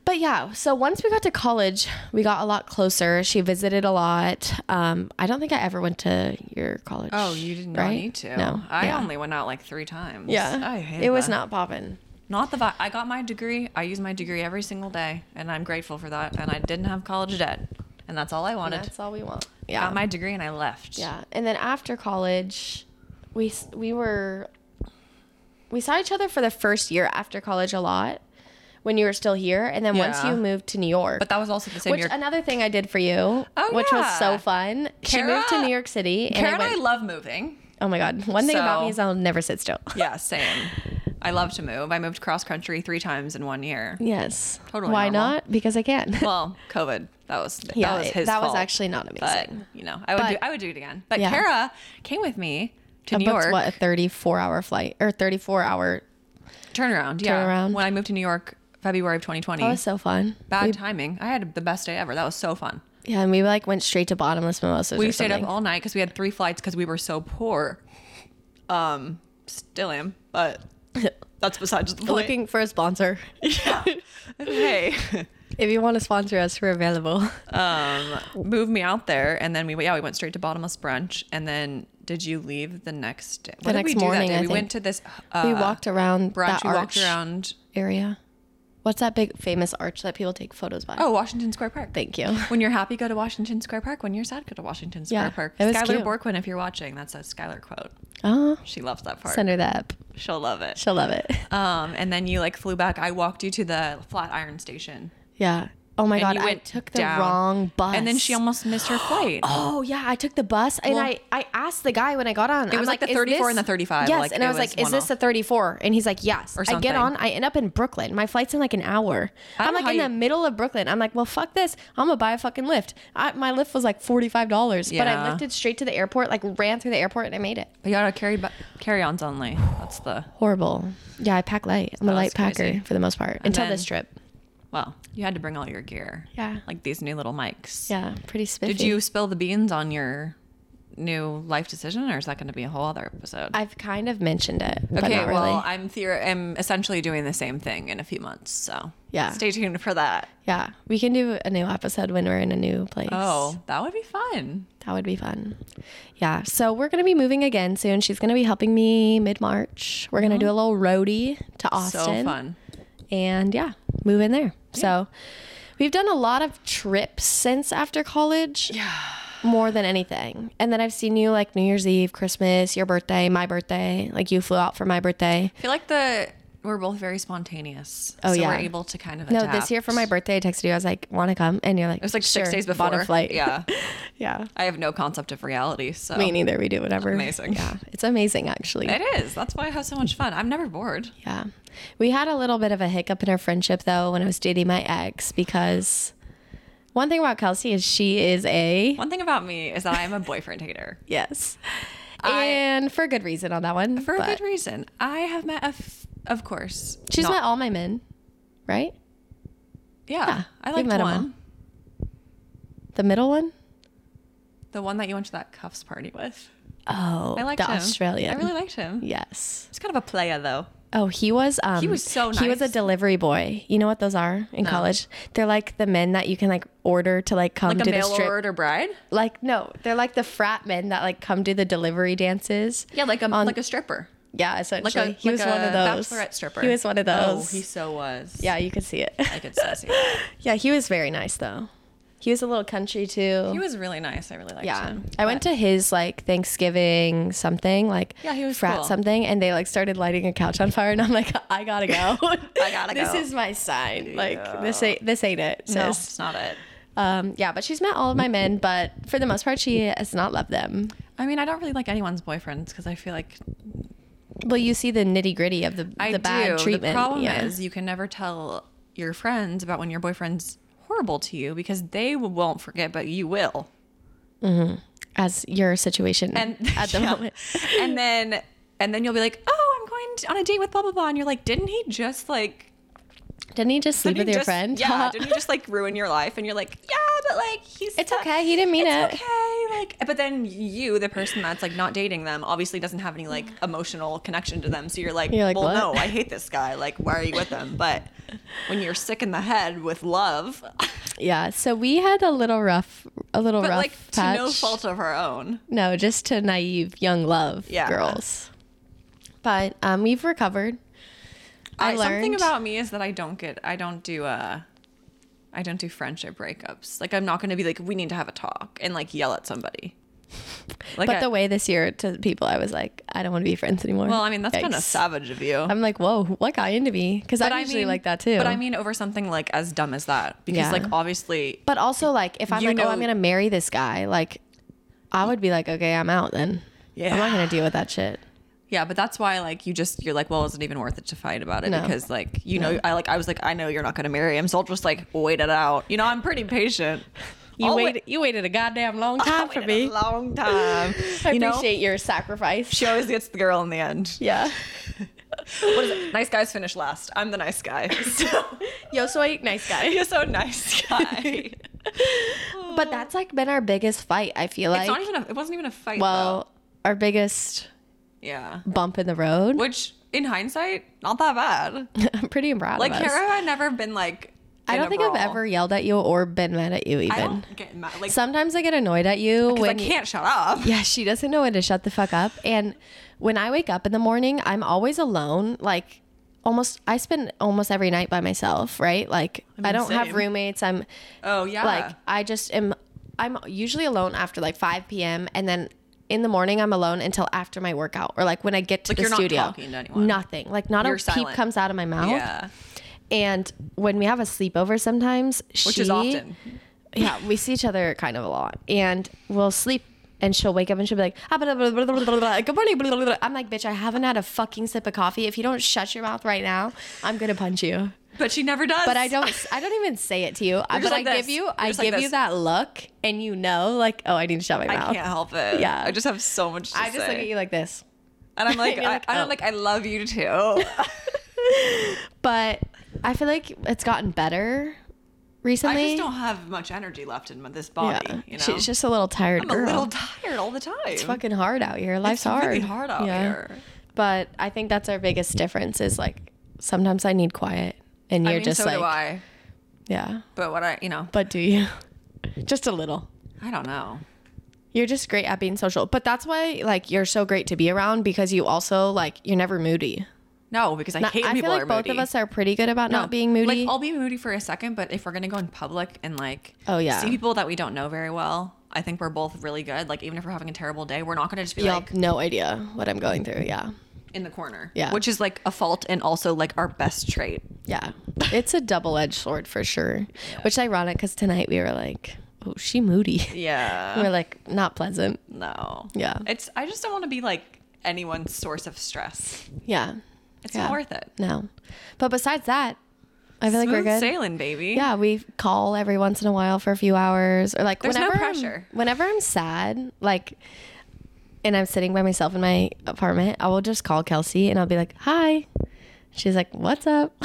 [SPEAKER 1] But yeah, so once we got to college, we got a lot closer. She visited a lot. Um, I don't think I ever went to your college.
[SPEAKER 2] Oh, you did not
[SPEAKER 1] right?
[SPEAKER 2] need to.
[SPEAKER 1] No,
[SPEAKER 2] I
[SPEAKER 1] yeah.
[SPEAKER 2] only went out like three times.
[SPEAKER 1] Yeah,
[SPEAKER 2] I hate
[SPEAKER 1] it was
[SPEAKER 2] that.
[SPEAKER 1] not popping.
[SPEAKER 2] not the vibe. I got my degree. I use my degree every single day, and I'm grateful for that. And I didn't have college debt, and that's all I wanted.
[SPEAKER 1] That's all we want.
[SPEAKER 2] I
[SPEAKER 1] Yeah,
[SPEAKER 2] Got my degree, and I left.
[SPEAKER 1] yeah. And then after college, we s- we were we saw each other for the first year after college a lot when you were still here, and then once
[SPEAKER 2] Yeah.
[SPEAKER 1] you moved to New York.
[SPEAKER 2] But that was also the same
[SPEAKER 1] which
[SPEAKER 2] year.
[SPEAKER 1] another thing I did for you,
[SPEAKER 2] Oh,
[SPEAKER 1] which was
[SPEAKER 2] yeah.
[SPEAKER 1] so fun. she moved to
[SPEAKER 2] Kara-
[SPEAKER 1] New York City, and
[SPEAKER 2] Karen
[SPEAKER 1] I
[SPEAKER 2] and
[SPEAKER 1] went
[SPEAKER 2] I love moving.
[SPEAKER 1] Oh my god. One thing about
[SPEAKER 2] So-
[SPEAKER 1] me is I'll never sit still.
[SPEAKER 2] Yeah, same. I love to move. I moved cross country three times in one year.
[SPEAKER 1] *laughs* Yes.
[SPEAKER 2] Totally
[SPEAKER 1] Why
[SPEAKER 2] normal.
[SPEAKER 1] not? Because I can.
[SPEAKER 2] Well, COVID. That was
[SPEAKER 1] *laughs* yeah,
[SPEAKER 2] that was his
[SPEAKER 1] that was
[SPEAKER 2] fault.
[SPEAKER 1] actually not
[SPEAKER 2] But
[SPEAKER 1] amazing.
[SPEAKER 2] you know, I would
[SPEAKER 1] But-
[SPEAKER 2] do, I would do it again. But
[SPEAKER 1] Yeah.
[SPEAKER 2] Kara came with me to
[SPEAKER 1] I
[SPEAKER 2] New
[SPEAKER 1] booked,
[SPEAKER 2] York.
[SPEAKER 1] what a 34 hour flight or 34 hour.
[SPEAKER 2] Turnaround, yeah.
[SPEAKER 1] Turnaround.
[SPEAKER 2] When I moved to New York, February of 2020.
[SPEAKER 1] That was so fun.
[SPEAKER 2] Bad
[SPEAKER 1] We-
[SPEAKER 2] timing. I had the best day ever. That was so fun.
[SPEAKER 1] yeah, and we like went straight to bottomless mimosas.
[SPEAKER 2] We
[SPEAKER 1] or
[SPEAKER 2] stayed up
[SPEAKER 1] something.
[SPEAKER 2] all night because we had three flights because we were so poor. Um, still am,
[SPEAKER 1] *laughs*
[SPEAKER 2] but that's besides the point.
[SPEAKER 1] looking for a sponsor.
[SPEAKER 2] *laughs* hey,
[SPEAKER 1] If you want to sponsor us, we're available.
[SPEAKER 2] um, move me out there, and then we yeah we went straight to bottomless brunch, and then did you leave the next day? What
[SPEAKER 1] The
[SPEAKER 2] did we
[SPEAKER 1] next
[SPEAKER 2] do that
[SPEAKER 1] morning,
[SPEAKER 2] day?
[SPEAKER 1] I
[SPEAKER 2] we went
[SPEAKER 1] think.
[SPEAKER 2] to this. Uh,
[SPEAKER 1] we walked around
[SPEAKER 2] brunch.
[SPEAKER 1] that
[SPEAKER 2] We
[SPEAKER 1] arch
[SPEAKER 2] walked around.
[SPEAKER 1] area. What's that big famous arch that people take photos by?
[SPEAKER 2] Oh, Washington Square Park.
[SPEAKER 1] thank
[SPEAKER 2] *laughs*
[SPEAKER 1] you.
[SPEAKER 2] When you're happy, go to Washington Square Park. When you're sad, go to Washington Square
[SPEAKER 1] Yeah,
[SPEAKER 2] Park.
[SPEAKER 1] it was
[SPEAKER 2] Skylar
[SPEAKER 1] cute.
[SPEAKER 2] Borkwin, if you're watching, that's a Skylar quote.
[SPEAKER 1] Oh,
[SPEAKER 2] She loves that part.
[SPEAKER 1] send her that. app.
[SPEAKER 2] She'll love it.
[SPEAKER 1] She'll love it.
[SPEAKER 2] Um, and then you like flew back. I walked you to the Flatiron station.
[SPEAKER 1] Yeah. Oh my god,
[SPEAKER 2] and you
[SPEAKER 1] I took the wrong bus.
[SPEAKER 2] And then she almost
[SPEAKER 1] *gasps*
[SPEAKER 2] missed her flight.
[SPEAKER 1] Oh yeah, I took the bus and
[SPEAKER 2] Well-
[SPEAKER 1] I I asked the guy when I got on. It
[SPEAKER 2] was like the 34 and the 35,
[SPEAKER 1] Yes,
[SPEAKER 2] like,
[SPEAKER 1] and I
[SPEAKER 2] it
[SPEAKER 1] was,
[SPEAKER 2] was
[SPEAKER 1] like, "Is
[SPEAKER 2] one
[SPEAKER 1] this
[SPEAKER 2] off."
[SPEAKER 1] the 34?" And he's like, "Yes."
[SPEAKER 2] Or
[SPEAKER 1] I get
[SPEAKER 2] something.
[SPEAKER 1] on. I end up in Brooklyn. My flight's in like an hour.
[SPEAKER 2] I
[SPEAKER 1] I'm
[SPEAKER 2] don't know
[SPEAKER 1] like
[SPEAKER 2] how
[SPEAKER 1] in the
[SPEAKER 2] you-
[SPEAKER 1] middle of Brooklyn. I'm like, "Well, fuck this. I'm gonna buy a fucking lift." I, my lift was like forty five dollars, but I
[SPEAKER 2] Yeah.
[SPEAKER 1] lifted straight to the airport. Like ran through the airport and I made it.
[SPEAKER 2] But you gotta carry bu- carry-ons only. That's the
[SPEAKER 1] Horrible. Yeah, I pack light. I'm a
[SPEAKER 2] That was
[SPEAKER 1] light packer
[SPEAKER 2] crazy.
[SPEAKER 1] for the most part until
[SPEAKER 2] then-
[SPEAKER 1] this trip.
[SPEAKER 2] well. You had to bring all your gear.
[SPEAKER 1] Yeah.
[SPEAKER 2] Like these new little mics.
[SPEAKER 1] Yeah, pretty spiffy.
[SPEAKER 2] Did you spill the beans on your new life decision, or is that going to be a whole other episode?
[SPEAKER 1] I've kind of mentioned it, but
[SPEAKER 2] okay.
[SPEAKER 1] not really.
[SPEAKER 2] Well, I'm theor- I'm essentially doing the same thing in a few months. So
[SPEAKER 1] Yeah.
[SPEAKER 2] stay tuned for that.
[SPEAKER 1] Yeah, we can do a new episode when we're in a new place.
[SPEAKER 2] Oh, that would be fun.
[SPEAKER 1] That would be fun. Yeah. So we're going to be moving again soon. She's going to be helping me mid March. We're going to do a little roadie to Austin.
[SPEAKER 2] So fun.
[SPEAKER 1] And yeah, move in there. So we've done a lot of trips since after college. Yeah. More than anything. And then I've seen you like New Year's Eve, Christmas, your birthday, my birthday. Like you flew out for my birthday.
[SPEAKER 2] I feel like the we're both very spontaneous.
[SPEAKER 1] Oh,
[SPEAKER 2] so
[SPEAKER 1] yeah.
[SPEAKER 2] we're able to kind of
[SPEAKER 1] No,
[SPEAKER 2] adapt.
[SPEAKER 1] this year for my birthday, I texted you. I was like, "Want to come?" And you're like,
[SPEAKER 2] It was like six
[SPEAKER 1] "Sure."
[SPEAKER 2] days before.
[SPEAKER 1] Bought a flight.
[SPEAKER 2] Yeah.
[SPEAKER 1] *laughs* yeah.
[SPEAKER 2] I have no concept of reality. So
[SPEAKER 1] Me neither. We do whatever.
[SPEAKER 2] Amazing.
[SPEAKER 1] Yeah, it's amazing actually.
[SPEAKER 2] it is. That's why I have so much fun. I'm never bored.
[SPEAKER 1] Yeah. We had a little bit of a hiccup in our friendship though when I was dating my ex because one thing about Kelsey is she is a
[SPEAKER 2] One thing about me is that I'm a boyfriend hater.
[SPEAKER 1] yes.
[SPEAKER 2] I-
[SPEAKER 1] and for good reason on that one.
[SPEAKER 2] For
[SPEAKER 1] but
[SPEAKER 2] a good reason. I have met a, f- of course.
[SPEAKER 1] She's
[SPEAKER 2] not-
[SPEAKER 1] met all my men, right?
[SPEAKER 2] Yeah,
[SPEAKER 1] yeah,
[SPEAKER 2] I
[SPEAKER 1] you've
[SPEAKER 2] liked
[SPEAKER 1] met 'em all.
[SPEAKER 2] one.
[SPEAKER 1] The middle one?
[SPEAKER 2] The one that you went to that cuffs party with.
[SPEAKER 1] Oh,
[SPEAKER 2] I liked
[SPEAKER 1] the
[SPEAKER 2] him.
[SPEAKER 1] Australian.
[SPEAKER 2] I really liked him.
[SPEAKER 1] yes.
[SPEAKER 2] He's kind of a player though.
[SPEAKER 1] Oh, he was. Um,
[SPEAKER 2] was so
[SPEAKER 1] He was a
[SPEAKER 2] nice.
[SPEAKER 1] delivery boy. You know what those are in college? They're like the men that you can like order to like come
[SPEAKER 2] Like
[SPEAKER 1] to
[SPEAKER 2] a
[SPEAKER 1] the
[SPEAKER 2] mail
[SPEAKER 1] strip.
[SPEAKER 2] order bride.
[SPEAKER 1] Like no, they're like the frat men that like come do the delivery dances.
[SPEAKER 2] Yeah, like a like a stripper.
[SPEAKER 1] Yeah, essentially.
[SPEAKER 2] like a-
[SPEAKER 1] he was
[SPEAKER 2] like
[SPEAKER 1] one of
[SPEAKER 2] a
[SPEAKER 1] those.
[SPEAKER 2] bachelorette stripper.
[SPEAKER 1] He was one of those.
[SPEAKER 2] Oh, he so was.
[SPEAKER 1] yeah, you could see it.
[SPEAKER 2] I could so see. That.
[SPEAKER 1] *laughs* yeah, he was very nice though. He was a little country too.
[SPEAKER 2] He was really nice. I really liked
[SPEAKER 1] yeah.
[SPEAKER 2] him.
[SPEAKER 1] I went to his like Thanksgiving something, like
[SPEAKER 2] Yeah, he was
[SPEAKER 1] frat
[SPEAKER 2] cool.
[SPEAKER 1] something, and they like started lighting a couch on fire and I'm like, *laughs* I gotta
[SPEAKER 2] *laughs*
[SPEAKER 1] go. I
[SPEAKER 2] gotta
[SPEAKER 1] this
[SPEAKER 2] go.
[SPEAKER 1] is my sign. Like this ain't this ain't it.
[SPEAKER 2] No,
[SPEAKER 1] sis.
[SPEAKER 2] it's not it.
[SPEAKER 1] Um yeah, but she's met all of my men, but for the most part she has not loved them.
[SPEAKER 2] I mean, I don't really like anyone's boyfriends because I feel like
[SPEAKER 1] Well, you see the nitty gritty of the,
[SPEAKER 2] I
[SPEAKER 1] the bad
[SPEAKER 2] do.
[SPEAKER 1] treatment.
[SPEAKER 2] The problem
[SPEAKER 1] yeah.
[SPEAKER 2] is you can never tell your friends about when your boyfriend's horrible to you because they w- won't forget, but you will.
[SPEAKER 1] as your situation
[SPEAKER 2] And *laughs*
[SPEAKER 1] *laughs* at the
[SPEAKER 2] yeah.
[SPEAKER 1] moment.
[SPEAKER 2] and then and then you'll be like, oh, I'm going t- on a date with blah blah blah, and you're like, didn't he just like
[SPEAKER 1] *laughs* Didn't he just sleep with
[SPEAKER 2] didn't he
[SPEAKER 1] your
[SPEAKER 2] just-
[SPEAKER 1] friend? *laughs*
[SPEAKER 2] Yeah, didn't he just like ruin your life? And you're like, yeah, but like he's
[SPEAKER 1] It's
[SPEAKER 2] not-
[SPEAKER 1] okay, he didn't mean
[SPEAKER 2] it's
[SPEAKER 1] it.
[SPEAKER 2] Okay, like, but then you, the person that's like not dating them, obviously doesn't have any like emotional connection to them. So you're like,
[SPEAKER 1] You're like,
[SPEAKER 2] well,
[SPEAKER 1] "What?"
[SPEAKER 2] no, I hate this guy. Like, why are you with them? But when you're sick in the head with love,
[SPEAKER 1] *laughs*
[SPEAKER 2] *laughs*
[SPEAKER 1] Yeah, So we had a little rough, a little
[SPEAKER 2] but
[SPEAKER 1] rough
[SPEAKER 2] like
[SPEAKER 1] patch.
[SPEAKER 2] to no fault of her own.
[SPEAKER 1] No, just to naive young love
[SPEAKER 2] Yeah.
[SPEAKER 1] girls. But um, we've recovered. I, learned
[SPEAKER 2] something about me is that I don't get, I don't do uh I don't do friendship breakups. Like I'm not going to be like, we need to have a talk and like yell
[SPEAKER 1] *laughs*
[SPEAKER 2] at somebody. Like,
[SPEAKER 1] but
[SPEAKER 2] I-
[SPEAKER 1] the way this year to people, I was like, I don't want to be friends anymore.
[SPEAKER 2] well, I mean, that's kind
[SPEAKER 1] Yikes.
[SPEAKER 2] of savage of you.
[SPEAKER 1] I'm like, whoa, what got into me? Because I'm usually like that too.
[SPEAKER 2] But I mean, over something like as dumb as that, because
[SPEAKER 1] Yeah.
[SPEAKER 2] like obviously,
[SPEAKER 1] but also like, if I'm
[SPEAKER 2] You
[SPEAKER 1] like, oh,
[SPEAKER 2] know-
[SPEAKER 1] I'm gonna marry this guy, like, I would be like, okay, I'm out then.
[SPEAKER 2] yeah,
[SPEAKER 1] I'm not gonna deal with that shit.
[SPEAKER 2] yeah. But that's why like you just you're like, well, is it even worth it to fight about it?
[SPEAKER 1] No.
[SPEAKER 2] Because like you know, I like I was like, I know you're not going to marry him, so I'll just like wait it out. You know, I'm pretty patient.
[SPEAKER 1] You
[SPEAKER 2] I'll wait-
[SPEAKER 1] waited. You waited a goddamn *laughs* long
[SPEAKER 2] *laughs* I
[SPEAKER 1] time for
[SPEAKER 2] waited a
[SPEAKER 1] me.
[SPEAKER 2] long *laughs* time.
[SPEAKER 1] *laughs* I
[SPEAKER 2] you know?
[SPEAKER 1] appreciate your sacrifice.
[SPEAKER 2] She always gets the girl in the end.
[SPEAKER 1] *laughs* Yeah.
[SPEAKER 2] What is it? Nice guys finish last. I'm the nice guy.
[SPEAKER 1] *laughs*
[SPEAKER 2] So
[SPEAKER 1] Yo soy nice guy.
[SPEAKER 2] you're so nice guy.
[SPEAKER 1] *laughs* But that's like been our biggest fight, I feel like.
[SPEAKER 2] it's not even a, it wasn't even a fight.
[SPEAKER 1] well, our biggest
[SPEAKER 2] though. yeah.
[SPEAKER 1] bump in the road.
[SPEAKER 2] Which in hindsight, not that bad.
[SPEAKER 1] *laughs* I'm pretty proud
[SPEAKER 2] Like
[SPEAKER 1] of us.
[SPEAKER 2] Kara had never been like.
[SPEAKER 1] I
[SPEAKER 2] in
[SPEAKER 1] don't
[SPEAKER 2] a
[SPEAKER 1] think I've
[SPEAKER 2] brawl.
[SPEAKER 1] ever yelled at you or been mad at you even.
[SPEAKER 2] I don't get mad. Like
[SPEAKER 1] Sometimes I get annoyed at you
[SPEAKER 2] 'cause I
[SPEAKER 1] when you-
[SPEAKER 2] can't shut up.
[SPEAKER 1] Yeah, she doesn't know when to shut the fuck up. And when I wake up in the morning, I'm always alone. Like almost I spend almost every night by myself, right? Like I don't have
[SPEAKER 2] same.
[SPEAKER 1] roommates. I'm
[SPEAKER 2] Oh yeah.
[SPEAKER 1] like i just am i'm usually alone after like 5 p.m and then in the morning i'm alone until after my workout or like when i get to
[SPEAKER 2] Like,
[SPEAKER 1] the
[SPEAKER 2] you're not
[SPEAKER 1] studio
[SPEAKER 2] talking to anyone.
[SPEAKER 1] nothing like not
[SPEAKER 2] You're
[SPEAKER 1] a peep
[SPEAKER 2] silent.
[SPEAKER 1] comes out of my mouth
[SPEAKER 2] yeah.
[SPEAKER 1] and when we have a sleepover sometimes
[SPEAKER 2] Which
[SPEAKER 1] she,
[SPEAKER 2] is often.
[SPEAKER 1] yeah we see each other kind of a lot and we'll sleep and she'll wake up and she'll be like, ah, blah, blah, blah, blah, blah, blah, blah, good morning. Blah, blah, blah. I'm like, bitch, I haven't had a fucking sip of coffee. If you don't shut your mouth right now, I'm gonna punch you
[SPEAKER 2] But she never does.
[SPEAKER 1] but I don't. I don't even say it to you. I-
[SPEAKER 2] just
[SPEAKER 1] But
[SPEAKER 2] like
[SPEAKER 1] I
[SPEAKER 2] this.
[SPEAKER 1] give you,
[SPEAKER 2] You're
[SPEAKER 1] I
[SPEAKER 2] just like
[SPEAKER 1] give you
[SPEAKER 2] this.
[SPEAKER 1] that look, and you know, like, oh, I need to shut my
[SPEAKER 2] *laughs* I
[SPEAKER 1] mouth.
[SPEAKER 2] can't help it.
[SPEAKER 1] Yeah.
[SPEAKER 2] I just have so much to
[SPEAKER 1] I just
[SPEAKER 2] say.
[SPEAKER 1] look at you like
[SPEAKER 2] *laughs*
[SPEAKER 1] this. *laughs*
[SPEAKER 2] and I'm like,
[SPEAKER 1] and you're
[SPEAKER 2] I,
[SPEAKER 1] like,
[SPEAKER 2] and
[SPEAKER 1] oh.
[SPEAKER 2] I'm like, I love
[SPEAKER 1] *laughs*
[SPEAKER 2] you too.
[SPEAKER 1] But I feel like it's gotten better recently.
[SPEAKER 2] I just don't have much energy left in my- this body.
[SPEAKER 1] Yeah.
[SPEAKER 2] You know,
[SPEAKER 1] she's just a little tired
[SPEAKER 2] I'm
[SPEAKER 1] girl.
[SPEAKER 2] a little tired all the time. It's
[SPEAKER 1] fucking hard out here. Life's hard.
[SPEAKER 2] really hard out
[SPEAKER 1] Yeah.
[SPEAKER 2] here.
[SPEAKER 1] But I think that's our biggest difference is like sometimes I need quiet, and you're
[SPEAKER 2] I mean,
[SPEAKER 1] just
[SPEAKER 2] so
[SPEAKER 1] like,
[SPEAKER 2] do I.
[SPEAKER 1] yeah.
[SPEAKER 2] But what I, you know,
[SPEAKER 1] But do
[SPEAKER 2] *laughs*
[SPEAKER 1] you? just a little.
[SPEAKER 2] I don't know.
[SPEAKER 1] You're just great at being social. But that's why like you're so great to be around because you also like you're never moody.
[SPEAKER 2] No, because I
[SPEAKER 1] Not-
[SPEAKER 2] hate
[SPEAKER 1] I
[SPEAKER 2] when
[SPEAKER 1] feel
[SPEAKER 2] people
[SPEAKER 1] like
[SPEAKER 2] are
[SPEAKER 1] both
[SPEAKER 2] moody.
[SPEAKER 1] of us are pretty good about
[SPEAKER 2] No,
[SPEAKER 1] not being moody.
[SPEAKER 2] Like I'll be moody for a second, but if we're gonna go in public and like,
[SPEAKER 1] Oh, yeah.
[SPEAKER 2] see people that we don't know very well, I think we're both really good. Like even if we're having a terrible day, we're not gonna just be
[SPEAKER 1] you all
[SPEAKER 2] like,
[SPEAKER 1] have no idea what I'm going through. Yeah.
[SPEAKER 2] in the corner.
[SPEAKER 1] Yeah.
[SPEAKER 2] Which is like a fault and also like our best trait. *laughs*
[SPEAKER 1] Yeah. It's a double edged sword for sure. Which is ironic because tonight we were like, oh, she moody.
[SPEAKER 2] Yeah.
[SPEAKER 1] We we're like, not pleasant.
[SPEAKER 2] No.
[SPEAKER 1] Yeah.
[SPEAKER 2] It's I just don't want to be like anyone's source of stress.
[SPEAKER 1] Yeah.
[SPEAKER 2] It's
[SPEAKER 1] Yeah.
[SPEAKER 2] not worth it.
[SPEAKER 1] No. But besides that, I feel like we're
[SPEAKER 2] Smooth
[SPEAKER 1] good.
[SPEAKER 2] sailing, baby.
[SPEAKER 1] Yeah, we call every once in a while for a few hours or like
[SPEAKER 2] There's no
[SPEAKER 1] whenever I'm-
[SPEAKER 2] pressure.
[SPEAKER 1] whenever I'm sad, like and I'm sitting by myself in my apartment, I will just call Kelsey and I'll be like, "Hi." She's like, "What's up?" *laughs*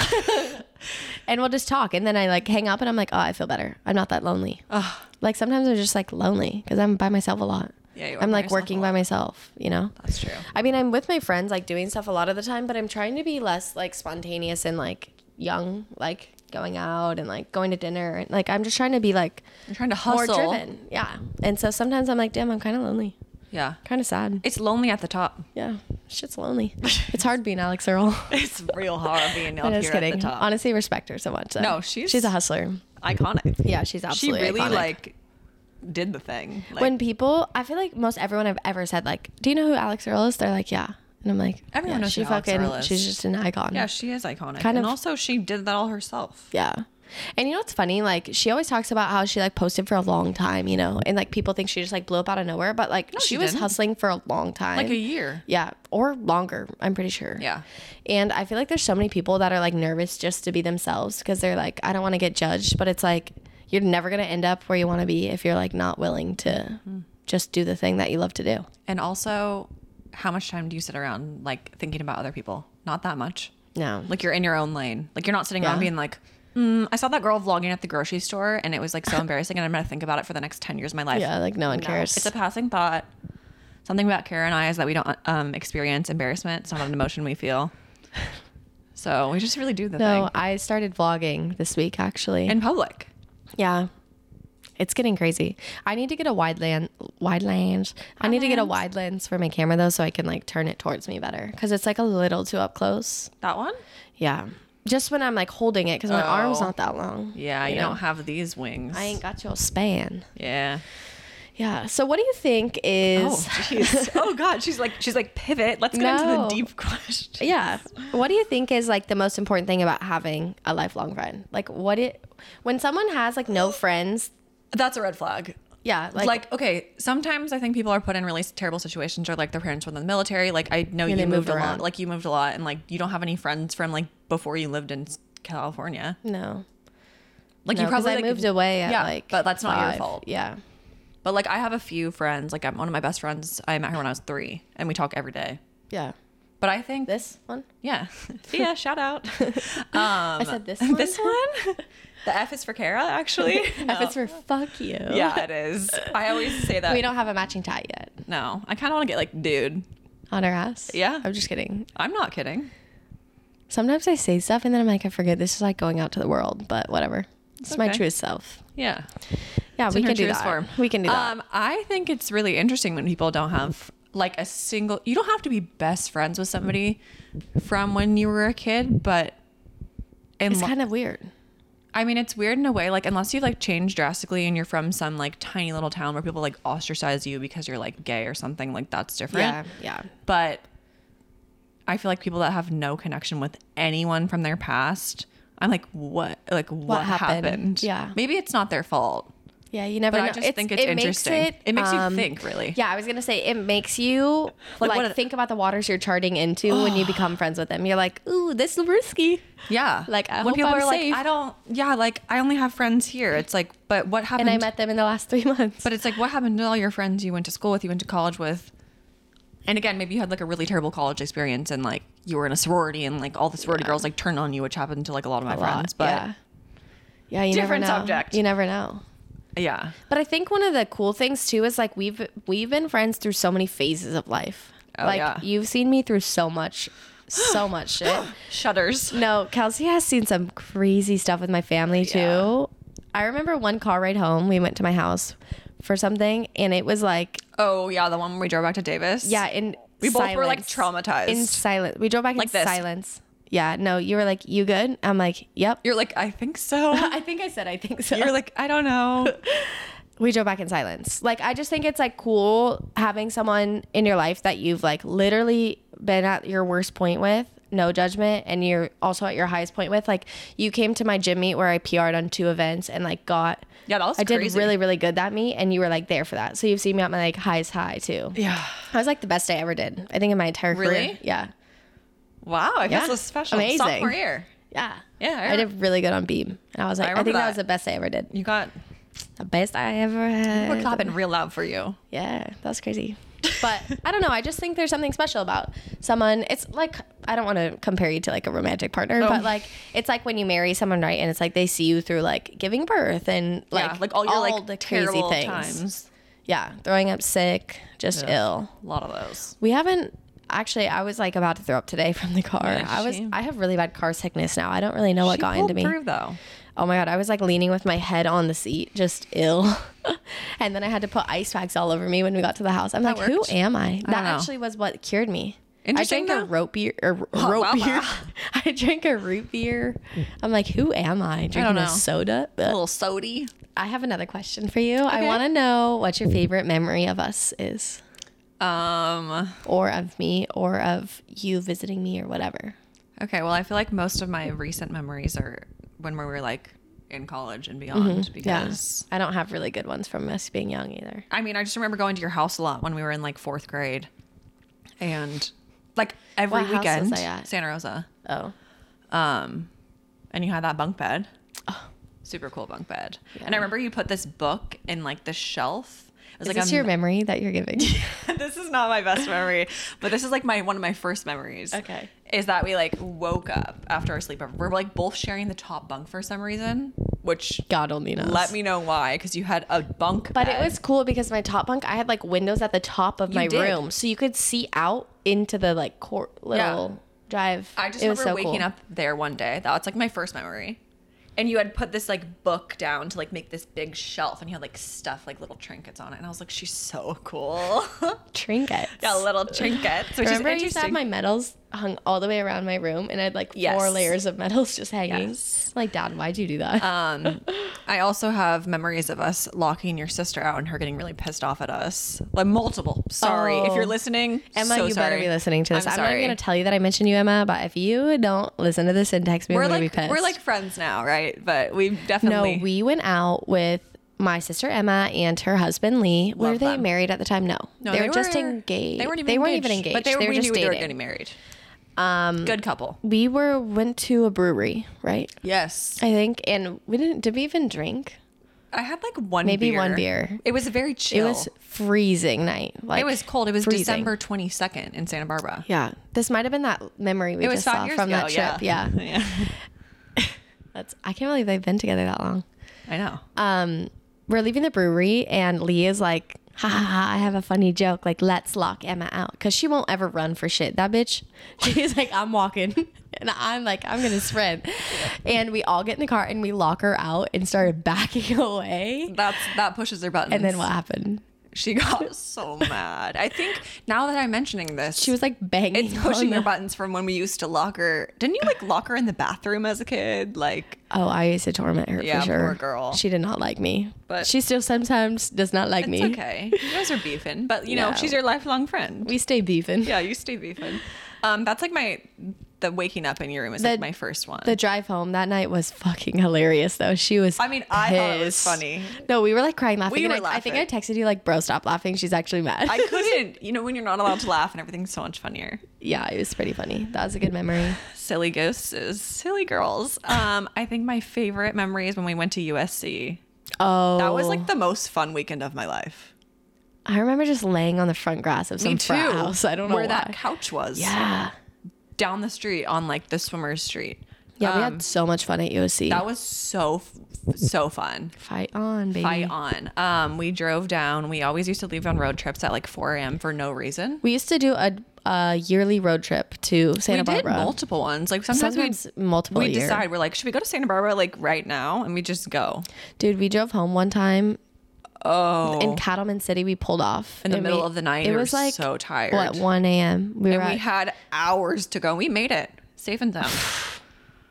[SPEAKER 1] and we'll just talk and then I like hang up and I'm like, "Oh, I feel better. I'm not that lonely."
[SPEAKER 2] Ugh.
[SPEAKER 1] Like sometimes I'm just like lonely cuz I'm by myself a lot.
[SPEAKER 2] Yeah, you are
[SPEAKER 1] I'm
[SPEAKER 2] by
[SPEAKER 1] like
[SPEAKER 2] yourself a
[SPEAKER 1] working by
[SPEAKER 2] lot.
[SPEAKER 1] myself, you know?
[SPEAKER 2] That's true.
[SPEAKER 1] I mean, I'm with my friends, like doing stuff a lot of the time, but I'm trying to be less like spontaneous and like young, like going out and like going to dinner. And like, I'm just trying to be like
[SPEAKER 2] You're trying to hustle.
[SPEAKER 1] more driven. Yeah. And so sometimes I'm like, damn, I'm kind of lonely,
[SPEAKER 2] Yeah.
[SPEAKER 1] kind of sad.
[SPEAKER 2] It's lonely at the top.
[SPEAKER 1] yeah. Shit's
[SPEAKER 2] *laughs*
[SPEAKER 1] lonely. it's hard being Alex Earl.
[SPEAKER 2] It's real hard
[SPEAKER 1] *laughs*
[SPEAKER 2] being
[SPEAKER 1] I'm
[SPEAKER 2] up
[SPEAKER 1] just
[SPEAKER 2] here at the
[SPEAKER 1] kidding.
[SPEAKER 2] top.
[SPEAKER 1] Honestly, respect her so much. though.
[SPEAKER 2] No, she's-
[SPEAKER 1] she's a hustler.
[SPEAKER 2] Iconic.
[SPEAKER 1] Yeah, she's absolutely.
[SPEAKER 2] she really
[SPEAKER 1] iconic.
[SPEAKER 2] like did the thing. Like,
[SPEAKER 1] when people. I feel like most everyone I've ever said like, "Do you know who Alex Earl is?" They're like, "Yeah," and I'm like,
[SPEAKER 2] Everyone
[SPEAKER 1] yeah,
[SPEAKER 2] knows
[SPEAKER 1] she
[SPEAKER 2] who Alex
[SPEAKER 1] fucking.
[SPEAKER 2] Earl is.
[SPEAKER 1] She's just an icon.
[SPEAKER 2] yeah, she is iconic.
[SPEAKER 1] Kind of-
[SPEAKER 2] and also she did that all herself.
[SPEAKER 1] Yeah. And you know what's funny? Like she always talks about how she like posted for a long time, you know, and like people think she just like blew up out of nowhere, but like she,
[SPEAKER 2] she
[SPEAKER 1] was
[SPEAKER 2] didn't.
[SPEAKER 1] hustling for a long time.
[SPEAKER 2] Like a year.
[SPEAKER 1] yeah, or longer, I'm pretty sure.
[SPEAKER 2] Yeah.
[SPEAKER 1] And I feel like there's so many people that are like nervous just to be themselves because they're like, I don't want to get judged, but it's like you're never going to end up where you want to be if you're like not willing to
[SPEAKER 2] Mm.
[SPEAKER 1] just do the thing that you love to do.
[SPEAKER 2] And also, how much time do you sit around like thinking about other people? Not that much.
[SPEAKER 1] No.
[SPEAKER 2] Like you're in your own lane. Like you're not sitting around
[SPEAKER 1] Yeah.
[SPEAKER 2] being like, mm, I saw that girl vlogging at the grocery store and it was
[SPEAKER 1] *laughs*
[SPEAKER 2] like so embarrassing and I'm gonna think about it for the next ten years of my life.
[SPEAKER 1] yeah, like no one cares.
[SPEAKER 2] It's a passing thought. Something about Kara and I is that we don't um, experience embarrassment. It's not an emotion we feel. So we just really do the
[SPEAKER 1] no,
[SPEAKER 2] thing
[SPEAKER 1] I started vlogging this week actually.
[SPEAKER 2] in public.
[SPEAKER 1] Yeah. It's getting crazy. I need to get a wide land, wide lens. I need to get a wide lens for my camera though, so I can like turn it towards me better because it's like a little too up close.
[SPEAKER 2] That one?
[SPEAKER 1] Yeah, just when I'm like holding it because my arm's
[SPEAKER 2] Oh.
[SPEAKER 1] not that long.
[SPEAKER 2] Yeah, you,
[SPEAKER 1] know?
[SPEAKER 2] don't have these wings.
[SPEAKER 1] I ain't got your span.
[SPEAKER 2] yeah.
[SPEAKER 1] Yeah. So what do you think is?
[SPEAKER 2] Oh, jeez. oh, God. She's like, she's like, pivot. Let's get into
[SPEAKER 1] No.
[SPEAKER 2] the deep *laughs*
[SPEAKER 1] *laughs*
[SPEAKER 2] question.
[SPEAKER 1] Yeah. What do you think is like the most important thing about having a lifelong friend? Like what it when someone has like no friends.
[SPEAKER 2] That's a red flag.
[SPEAKER 1] Yeah.
[SPEAKER 2] Like,
[SPEAKER 1] Like,
[SPEAKER 2] okay, sometimes I think people are put in really terrible situations or like their parents were in the military. Like, I know you
[SPEAKER 1] they
[SPEAKER 2] moved,
[SPEAKER 1] moved
[SPEAKER 2] a lot.
[SPEAKER 1] around.
[SPEAKER 2] Like, you moved a lot and like you don't have any friends from like before you lived in California.
[SPEAKER 1] no.
[SPEAKER 2] Like,
[SPEAKER 1] No,
[SPEAKER 2] you
[SPEAKER 1] 'cause
[SPEAKER 2] probably
[SPEAKER 1] I
[SPEAKER 2] like,
[SPEAKER 1] moved away. At,
[SPEAKER 2] yeah,
[SPEAKER 1] like
[SPEAKER 2] but that's not
[SPEAKER 1] five.
[SPEAKER 2] your fault.
[SPEAKER 1] Yeah.
[SPEAKER 2] But like, I have a few friends. Like, I'm one of my best friends. I met her when I was three and we talk every day.
[SPEAKER 1] Yeah.
[SPEAKER 2] But I think,
[SPEAKER 1] This
[SPEAKER 2] *laughs*
[SPEAKER 1] one?
[SPEAKER 2] yeah, yeah, shout out.
[SPEAKER 1] *laughs* I said this one.
[SPEAKER 2] Um, *laughs* this one,
[SPEAKER 1] *laughs*
[SPEAKER 2] the F is for Kara, actually.
[SPEAKER 1] If it's for fuck you.
[SPEAKER 2] yeah, *laughs* it is. I always say that.
[SPEAKER 1] We don't have a matching tie yet
[SPEAKER 2] No, I kind of want to get like, dude.
[SPEAKER 1] on our ass.
[SPEAKER 2] Yeah.
[SPEAKER 1] I'm just kidding.
[SPEAKER 2] I'm not kidding.
[SPEAKER 1] Sometimes I say stuff and then I'm like, I forget. This is like going out to the world, but whatever. It's my
[SPEAKER 2] Okay.
[SPEAKER 1] truest self.
[SPEAKER 2] Yeah,
[SPEAKER 1] Yeah, we
[SPEAKER 2] in her
[SPEAKER 1] can do
[SPEAKER 2] truest
[SPEAKER 1] that.
[SPEAKER 2] form.
[SPEAKER 1] We can do that.
[SPEAKER 2] Um, I think it's really interesting when people don't have like a single. You don't have to be best friends with somebody from when you were a kid, but
[SPEAKER 1] it's
[SPEAKER 2] unle-
[SPEAKER 1] kind of weird.
[SPEAKER 2] I mean, it's weird in a way. Like, unless you like change drastically and you're from some like tiny little town where people like ostracize you because you're like gay or something, like that's different.
[SPEAKER 1] Yeah. Yeah.
[SPEAKER 2] But I feel like people that have no connection with anyone from their past, I'm like, what? Like, what,
[SPEAKER 1] happened?
[SPEAKER 2] happened?
[SPEAKER 1] Yeah.
[SPEAKER 2] Maybe it's not their fault.
[SPEAKER 1] Yeah. You never
[SPEAKER 2] But
[SPEAKER 1] know.
[SPEAKER 2] I just think it's interesting. It, makes you think, really.
[SPEAKER 1] um, Yeah, I was gonna say it makes you
[SPEAKER 2] Like,
[SPEAKER 1] like,
[SPEAKER 2] what-
[SPEAKER 1] think about the waters you're charting into when you become friends with them. You're like, ooh, this is risky.
[SPEAKER 2] Yeah.
[SPEAKER 1] Like, I
[SPEAKER 2] when
[SPEAKER 1] hope
[SPEAKER 2] people
[SPEAKER 1] I'm
[SPEAKER 2] are
[SPEAKER 1] safe.
[SPEAKER 2] like, I don't, yeah, like, I only have friends here. It's like, but what happened?
[SPEAKER 1] And I met them in the last three *laughs* months.
[SPEAKER 2] But it's like, what happened to all your friends you went to school with, you went to college with? And again, maybe you had like a really terrible college experience and like you were in a sorority and like all the sorority
[SPEAKER 1] Yeah.
[SPEAKER 2] girls like turned on you, which happened to like a lot of my
[SPEAKER 1] A lot,
[SPEAKER 2] friends. But
[SPEAKER 1] yeah, yeah you
[SPEAKER 2] Different
[SPEAKER 1] never know.
[SPEAKER 2] subject.
[SPEAKER 1] You never know.
[SPEAKER 2] yeah. yeah.
[SPEAKER 1] But I think one of the cool things too is like we've we've been friends through so many phases of life.
[SPEAKER 2] Oh,
[SPEAKER 1] like
[SPEAKER 2] yeah.
[SPEAKER 1] you've seen me through so much so much
[SPEAKER 2] *gasps*
[SPEAKER 1] shit. *laughs*
[SPEAKER 2] Shudders.
[SPEAKER 1] No, Kelsey has seen some crazy stuff with my family too.
[SPEAKER 2] Yeah.
[SPEAKER 1] I remember one car ride home, we went to my house for something and it was like
[SPEAKER 2] Oh, yeah. The one where we drove back to Davis.
[SPEAKER 1] yeah, in
[SPEAKER 2] We both were, like,
[SPEAKER 1] silence.
[SPEAKER 2] traumatized.
[SPEAKER 1] In silence. We drove back
[SPEAKER 2] Like
[SPEAKER 1] in
[SPEAKER 2] this.
[SPEAKER 1] silence. Yeah, no, you were like, You good? I'm like, Yep.
[SPEAKER 2] You're like, I think so.
[SPEAKER 1] *laughs* I think I said I think so.
[SPEAKER 2] You're like, I don't know.
[SPEAKER 1] we drove back in silence. Like I just think it's like cool having someone in your life that you've like literally been at your worst point with, no judgment, and you're also at your highest point with. Like you came to my gym meet where I PR'd on two events and like got
[SPEAKER 2] Yeah, that was
[SPEAKER 1] I did
[SPEAKER 2] crazy.
[SPEAKER 1] really, really good that meet and you were like there for that. So you've seen me at my like highest high too.
[SPEAKER 2] Yeah.
[SPEAKER 1] I was like the best day I ever did. I think in my entire career.
[SPEAKER 2] Really?
[SPEAKER 1] Yeah.
[SPEAKER 2] Wow, I guess
[SPEAKER 1] Yeah.
[SPEAKER 2] it was special.
[SPEAKER 1] Amazing.
[SPEAKER 2] Sophomore year.
[SPEAKER 1] Yeah.
[SPEAKER 2] Yeah, I
[SPEAKER 1] I, did really good on Beam. And I was like, I,
[SPEAKER 2] remember
[SPEAKER 1] think that.
[SPEAKER 2] that.
[SPEAKER 1] was the best I ever did.
[SPEAKER 2] You got
[SPEAKER 1] The best I ever had.
[SPEAKER 2] we're clapping real loud for you.
[SPEAKER 1] Yeah, that's crazy.
[SPEAKER 2] *laughs*
[SPEAKER 1] But I don't know. I just think there's something special about someone. It's like I don't want to compare you to like a romantic partner,
[SPEAKER 2] Oh.
[SPEAKER 1] but like it's like when you marry someone, right? And it's like they see you through like giving birth and like
[SPEAKER 2] yeah, like all your like
[SPEAKER 1] the crazy
[SPEAKER 2] terrible
[SPEAKER 1] things.
[SPEAKER 2] times.
[SPEAKER 1] Yeah, throwing up sick, just ill.
[SPEAKER 2] A lot of those.
[SPEAKER 1] We haven't actually. I was like about to throw up today *laughs* from the car.
[SPEAKER 2] Yeah,
[SPEAKER 1] I was.
[SPEAKER 2] shame.
[SPEAKER 1] I have really bad car sickness now. I don't really know what
[SPEAKER 2] She
[SPEAKER 1] got
[SPEAKER 2] pulled
[SPEAKER 1] into me.
[SPEAKER 2] through though.
[SPEAKER 1] Oh my god, I was like leaning with my head on the seat, just ill. *laughs* and then I had to put ice packs all over me when we got to the house. I'm
[SPEAKER 2] That
[SPEAKER 1] like, who
[SPEAKER 2] worked.
[SPEAKER 1] am I?
[SPEAKER 2] I don't
[SPEAKER 1] That
[SPEAKER 2] know.
[SPEAKER 1] actually was what cured me. I
[SPEAKER 2] Interesting,
[SPEAKER 1] drank a
[SPEAKER 2] though.
[SPEAKER 1] rope beer. Or
[SPEAKER 2] Oh,
[SPEAKER 1] rope
[SPEAKER 2] *laughs* wow,
[SPEAKER 1] beer.
[SPEAKER 2] wow.
[SPEAKER 1] *laughs* I drank a root beer. I'm like, who am I? Drinking
[SPEAKER 2] know.
[SPEAKER 1] a soda? Ugh.
[SPEAKER 2] A little sody.
[SPEAKER 1] I have another question for you. I
[SPEAKER 2] Okay.
[SPEAKER 1] want to know what your favorite memory of us is,
[SPEAKER 2] Um
[SPEAKER 1] or of me, or of you visiting me, or whatever.
[SPEAKER 2] okay, well I feel like most of my recent memories are when we were like in college and beyond because
[SPEAKER 1] Mm-hmm. I don't have really good ones from us being young either.
[SPEAKER 2] I mean, I just remember going to your house a lot when we were in like fourth grade, and like every
[SPEAKER 1] What house was
[SPEAKER 2] weekend,
[SPEAKER 1] I at?
[SPEAKER 2] Santa Rosa.
[SPEAKER 1] Oh,
[SPEAKER 2] Um, and you had that bunk bed,
[SPEAKER 1] Oh.
[SPEAKER 2] super cool bunk bed. And I remember you put this book in like the shelf. It was
[SPEAKER 1] is
[SPEAKER 2] like
[SPEAKER 1] this
[SPEAKER 2] a-
[SPEAKER 1] your memory that you're giving?
[SPEAKER 2] *laughs* this is not my best memory, but this is like my one of my first memories.
[SPEAKER 1] Okay.
[SPEAKER 2] Is that we like woke up after our sleepover. We're like both sharing the top bunk for some reason, which
[SPEAKER 1] *laughs* God only knows.
[SPEAKER 2] let me know why, because you had a bunk
[SPEAKER 1] But
[SPEAKER 2] bed.
[SPEAKER 1] it was cool because my top bunk, I had like windows at the top of my
[SPEAKER 2] did.
[SPEAKER 1] room, so you could see out into the like court little drive.
[SPEAKER 2] I just
[SPEAKER 1] It was
[SPEAKER 2] remember
[SPEAKER 1] so
[SPEAKER 2] waking
[SPEAKER 1] cool.
[SPEAKER 2] up there one day. That was like my first memory. And you had put this like book down to like make this big shelf, and you had like stuff like little trinkets on it. And I was like, she's so cool. *laughs*
[SPEAKER 1] trinkets.
[SPEAKER 2] yeah, little trinkets. Which
[SPEAKER 1] Remember, I
[SPEAKER 2] is
[SPEAKER 1] used to have
[SPEAKER 2] interesting.
[SPEAKER 1] my medals hung all the way around my room, and I had like four
[SPEAKER 2] Yes.
[SPEAKER 1] layers of medals just hanging.
[SPEAKER 2] Yes.
[SPEAKER 1] Like, Dad, why'd you do that?
[SPEAKER 2] um, I also have memories of us locking your sister out and her getting really pissed off at us. Like multiple. Sorry if
[SPEAKER 1] Oh.
[SPEAKER 2] you're listening.
[SPEAKER 1] Emma,
[SPEAKER 2] so
[SPEAKER 1] you better
[SPEAKER 2] sorry.
[SPEAKER 1] be listening to this.
[SPEAKER 2] I'm,
[SPEAKER 1] I'm, not
[SPEAKER 2] sorry.
[SPEAKER 1] even gonna tell you that I mentioned you, Emma. But if you don't listen to this and text me,
[SPEAKER 2] we're
[SPEAKER 1] I'm gonna
[SPEAKER 2] like
[SPEAKER 1] be pissed.
[SPEAKER 2] we're like friends now, right? But we've
[SPEAKER 1] no,
[SPEAKER 2] definitely
[SPEAKER 1] we went out with my sister Emma and her husband Lee. were
[SPEAKER 2] Love
[SPEAKER 1] they
[SPEAKER 2] them.
[SPEAKER 1] married at the time? No,
[SPEAKER 2] No,
[SPEAKER 1] they, were just engaged.
[SPEAKER 2] They weren't even,
[SPEAKER 1] even
[SPEAKER 2] engaged,
[SPEAKER 1] engaged.
[SPEAKER 2] But they,
[SPEAKER 1] were
[SPEAKER 2] we
[SPEAKER 1] just
[SPEAKER 2] knew
[SPEAKER 1] dating.
[SPEAKER 2] they were getting married. Um, Good couple.
[SPEAKER 1] we were went to a brewery, right?
[SPEAKER 2] Yes.
[SPEAKER 1] I think, and we didn't. Did we even drink?
[SPEAKER 2] I had like one
[SPEAKER 1] Maybe
[SPEAKER 2] beer.
[SPEAKER 1] one beer.
[SPEAKER 2] It was very chill.
[SPEAKER 1] It was freezing night. Like
[SPEAKER 2] cold. It was
[SPEAKER 1] freezing.
[SPEAKER 2] December 22nd in Santa Barbara.
[SPEAKER 1] Yeah, this might have been that memory we
[SPEAKER 2] It was
[SPEAKER 1] just
[SPEAKER 2] five
[SPEAKER 1] saw
[SPEAKER 2] years
[SPEAKER 1] from
[SPEAKER 2] ago.
[SPEAKER 1] that trip. Yeah, that's. I can't believe they've been together that long.
[SPEAKER 2] *laughs* I know.
[SPEAKER 1] um, we're leaving the brewery, and Lee is like, ha ha ha, I have a funny joke. Like, let's lock Emma out because she won't ever run for shit. That bitch, *laughs* she's like, I'm walking. *laughs* And I'm like, I'm gonna
[SPEAKER 2] *laughs*
[SPEAKER 1] sprint. And we all get in the car and we lock her out and started *laughs* backing away.
[SPEAKER 2] That's that pushes their buttons.
[SPEAKER 1] And then what happened?
[SPEAKER 2] She got *laughs* so mad. I think now that I'm mentioning this,
[SPEAKER 1] She was like "Oh, banging.
[SPEAKER 2] it's pushing
[SPEAKER 1] on
[SPEAKER 2] her
[SPEAKER 1] the-
[SPEAKER 2] buttons from when we used to lock her. Didn't you like lock her in the bathroom as a kid? Like
[SPEAKER 1] Oh, I used to torment her
[SPEAKER 2] Yeah,
[SPEAKER 1] for sure.
[SPEAKER 2] poor girl.
[SPEAKER 1] She did not like me. But
[SPEAKER 2] But-
[SPEAKER 1] she still sometimes does not like
[SPEAKER 2] it's
[SPEAKER 1] me.
[SPEAKER 2] okay. You guys are beefing, but you know
[SPEAKER 1] Yeah.
[SPEAKER 2] she's your lifelong friend.
[SPEAKER 1] *laughs* We stay beefing.
[SPEAKER 2] yeah, you stay beefing. Um, that's like my the waking up in your room is
[SPEAKER 1] The-
[SPEAKER 2] like my first one.
[SPEAKER 1] The drive home that night was fucking hilarious, though. She was.
[SPEAKER 2] I mean, I thought it was
[SPEAKER 1] pissed.
[SPEAKER 2] funny.
[SPEAKER 1] No, we were like crying, laughing.
[SPEAKER 2] We
[SPEAKER 1] and
[SPEAKER 2] were
[SPEAKER 1] I, I
[SPEAKER 2] laughing.
[SPEAKER 1] think I texted you like, "Bro, stop laughing." She's actually mad.
[SPEAKER 2] I couldn't. You know when you're not allowed to laugh and everything's so much funnier.
[SPEAKER 1] *laughs* yeah, it was pretty funny. That was a good memory.
[SPEAKER 2] Silly ghosts is silly girls. Um, I think my favorite memory is when we went to USC.
[SPEAKER 1] Oh,
[SPEAKER 2] That was like the most fun weekend of my life.
[SPEAKER 1] I remember just laying on the front grass of some frat house. I don't know
[SPEAKER 2] where
[SPEAKER 1] why.
[SPEAKER 2] that couch was.
[SPEAKER 1] yeah,
[SPEAKER 2] down the street on like the swimmer's street.
[SPEAKER 1] yeah, we
[SPEAKER 2] Um,
[SPEAKER 1] had so much fun at USC.
[SPEAKER 2] that was so f- so fun.
[SPEAKER 1] Fight on, baby.
[SPEAKER 2] Fight on. Um, we drove down. We always used to leave on road trips at like 4 a.m. for no reason.
[SPEAKER 1] We used to do a, a yearly road trip to Santa
[SPEAKER 2] we did
[SPEAKER 1] Barbara.
[SPEAKER 2] multiple ones. Like sometimes,
[SPEAKER 1] Sometimes
[SPEAKER 2] we
[SPEAKER 1] multiple.
[SPEAKER 2] we
[SPEAKER 1] year.
[SPEAKER 2] decide we're like, should we go to Santa Barbara like right now? And we just go.
[SPEAKER 1] Dude, we drove home one time
[SPEAKER 2] Oh,
[SPEAKER 1] in Cattleman City. We pulled off
[SPEAKER 2] in the
[SPEAKER 1] and
[SPEAKER 2] middle
[SPEAKER 1] we-
[SPEAKER 2] of the night.
[SPEAKER 1] It
[SPEAKER 2] we
[SPEAKER 1] was
[SPEAKER 2] were
[SPEAKER 1] like
[SPEAKER 2] so tired.
[SPEAKER 1] what 1 a.m. We were
[SPEAKER 2] and we
[SPEAKER 1] at- *sighs*
[SPEAKER 2] had hours to go. We made it safe and sound.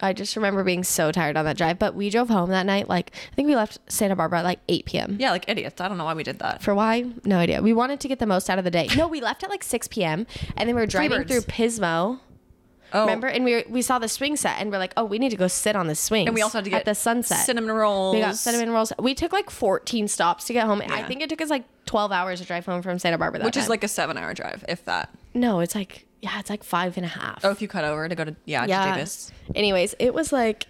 [SPEAKER 1] I just remember being so tired on that drive. But we drove home that night. Like I think we left Santa Barbara at like 8 p.m.
[SPEAKER 2] Yeah, like idiots. I don't know why we did that.
[SPEAKER 1] For why? No idea. We wanted to get the most out of the day. No, we left at like 6 p.m. and then we were driving
[SPEAKER 2] Freebirds.
[SPEAKER 1] through Pismo.
[SPEAKER 2] Oh,
[SPEAKER 1] Remember? And we were, we saw the swing set and we're like, oh, we need to go sit on the swing.
[SPEAKER 2] And we also had to get
[SPEAKER 1] at the sunset.
[SPEAKER 2] cinnamon rolls.
[SPEAKER 1] we got cinnamon rolls. We took like 14 stops to get home. I
[SPEAKER 2] Yeah.
[SPEAKER 1] think it took us like 12 hours to drive home from Santa Barbara. That
[SPEAKER 2] which is
[SPEAKER 1] time.
[SPEAKER 2] like a seven-hour drive, if that.
[SPEAKER 1] no, it's like yeah, it's like five and a half.
[SPEAKER 2] Oh, if you cut over to go to yeah, to
[SPEAKER 1] yeah.
[SPEAKER 2] Davis.
[SPEAKER 1] Anyways, it was like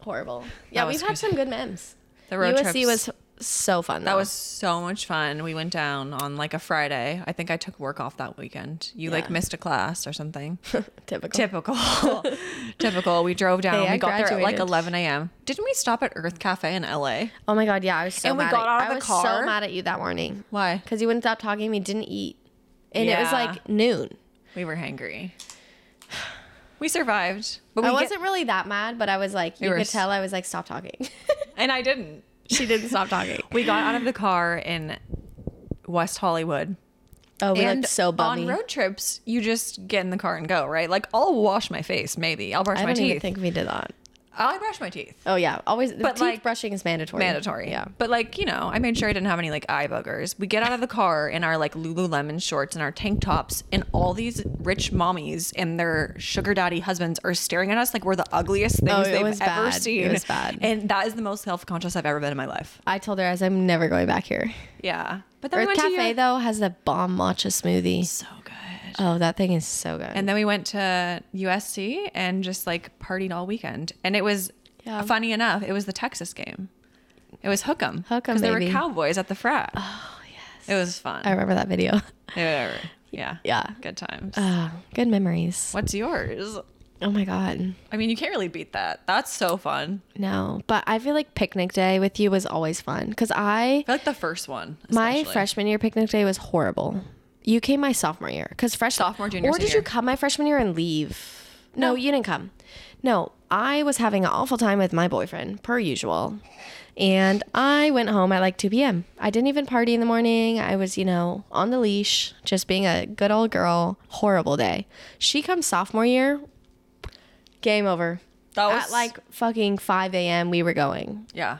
[SPEAKER 1] horrible. Yeah,
[SPEAKER 2] That
[SPEAKER 1] we've
[SPEAKER 2] was
[SPEAKER 1] had some good memes.
[SPEAKER 2] The road
[SPEAKER 1] USC
[SPEAKER 2] trips-
[SPEAKER 1] was so fun.
[SPEAKER 2] That was so much fun. We went down on like a Friday. I think I took work off that weekend. You like
[SPEAKER 1] Yeah.
[SPEAKER 2] missed a class
[SPEAKER 1] *laughs*
[SPEAKER 2] or something.
[SPEAKER 1] typical.
[SPEAKER 2] Typical. *laughs* Typical. We drove down.
[SPEAKER 1] Hey, I
[SPEAKER 2] we got there at like
[SPEAKER 1] graduated.
[SPEAKER 2] 11 a.m. Didn't we stop at Earth Cafe in LA?
[SPEAKER 1] Oh my god, yeah, I was so
[SPEAKER 2] And we
[SPEAKER 1] mad
[SPEAKER 2] got
[SPEAKER 1] at,
[SPEAKER 2] out of
[SPEAKER 1] I
[SPEAKER 2] the
[SPEAKER 1] was
[SPEAKER 2] car.
[SPEAKER 1] so mad at you that morning
[SPEAKER 2] Why?
[SPEAKER 1] because you wouldn't stop talking. We didn't eat, and it was
[SPEAKER 2] Yeah.
[SPEAKER 1] like noon.
[SPEAKER 2] We were hangry. *sighs* We survived. But we
[SPEAKER 1] I
[SPEAKER 2] get-
[SPEAKER 1] wasn't really that mad, but I was like, you
[SPEAKER 2] were
[SPEAKER 1] could
[SPEAKER 2] s-
[SPEAKER 1] tell I was like, stop talking. *laughs*
[SPEAKER 2] and I didn't.
[SPEAKER 1] she didn't stop talking.
[SPEAKER 2] *laughs* We got out of the car in West Hollywood.
[SPEAKER 1] Oh, we
[SPEAKER 2] and
[SPEAKER 1] looked so bummy.
[SPEAKER 2] on road trips, you just get in the car and go, right? Like I'll wash my face, maybe. I'll brush
[SPEAKER 1] I
[SPEAKER 2] my
[SPEAKER 1] don't even
[SPEAKER 2] teeth.
[SPEAKER 1] think we did that.
[SPEAKER 2] I'll brush my teeth.
[SPEAKER 1] Oh yeah, always. The
[SPEAKER 2] But,
[SPEAKER 1] teeth
[SPEAKER 2] like,
[SPEAKER 1] brushing is mandatory.
[SPEAKER 2] mandatory.
[SPEAKER 1] Yeah.
[SPEAKER 2] But like, you know, I made sure I didn't have any like eye buggers. We get out of the car in our like Lululemon shorts and our tank tops, and all these rich mommies and their sugar daddy husbands are staring at us like we're the ugliest things
[SPEAKER 1] Oh, it
[SPEAKER 2] they've
[SPEAKER 1] was
[SPEAKER 2] ever
[SPEAKER 1] bad. It
[SPEAKER 2] seen.
[SPEAKER 1] was bad.
[SPEAKER 2] And that is the most self conscious I've ever been in my life.
[SPEAKER 1] I told her as I'm never going back here.
[SPEAKER 2] Yeah. But then we
[SPEAKER 1] Earth
[SPEAKER 2] went
[SPEAKER 1] Cafe
[SPEAKER 2] to your-
[SPEAKER 1] though has the bomb matcha smoothie.
[SPEAKER 2] so good.
[SPEAKER 1] Oh, that thing is so good.
[SPEAKER 2] And then we went to USC and just like partied all weekend. And it was
[SPEAKER 1] Yeah.
[SPEAKER 2] funny enough, it was the Texas game. It was Hook'em.
[SPEAKER 1] 'em,
[SPEAKER 2] Because there were
[SPEAKER 1] baby.
[SPEAKER 2] cowboys at the frat. Oh, yes. It was fun.
[SPEAKER 1] I remember that video.
[SPEAKER 2] Yeah. Yeah.
[SPEAKER 1] *laughs* Yeah.
[SPEAKER 2] Good times.
[SPEAKER 1] Oh, good memories.
[SPEAKER 2] What's yours?
[SPEAKER 1] Oh my god.
[SPEAKER 2] I mean, you can't really beat that. That's so fun.
[SPEAKER 1] No, but I feel like picnic day with you was always fun because I
[SPEAKER 2] I feel like the first one.
[SPEAKER 1] my
[SPEAKER 2] especially.
[SPEAKER 1] freshman year picnic day was horrible. You came my sophomore year because freshman
[SPEAKER 2] Sophomore, junior,
[SPEAKER 1] or did
[SPEAKER 2] senior.
[SPEAKER 1] you come my freshman year and leave? No, you didn't come. No, I was having an awful time with my boyfriend per usual, and I went home at like two p.m. I didn't even party in the morning. I was you know on the leash, just being a good old girl. Horrible day. She comes sophomore year. Game over.
[SPEAKER 2] That was
[SPEAKER 1] at like fucking 5 a.m. we were going.
[SPEAKER 2] yeah.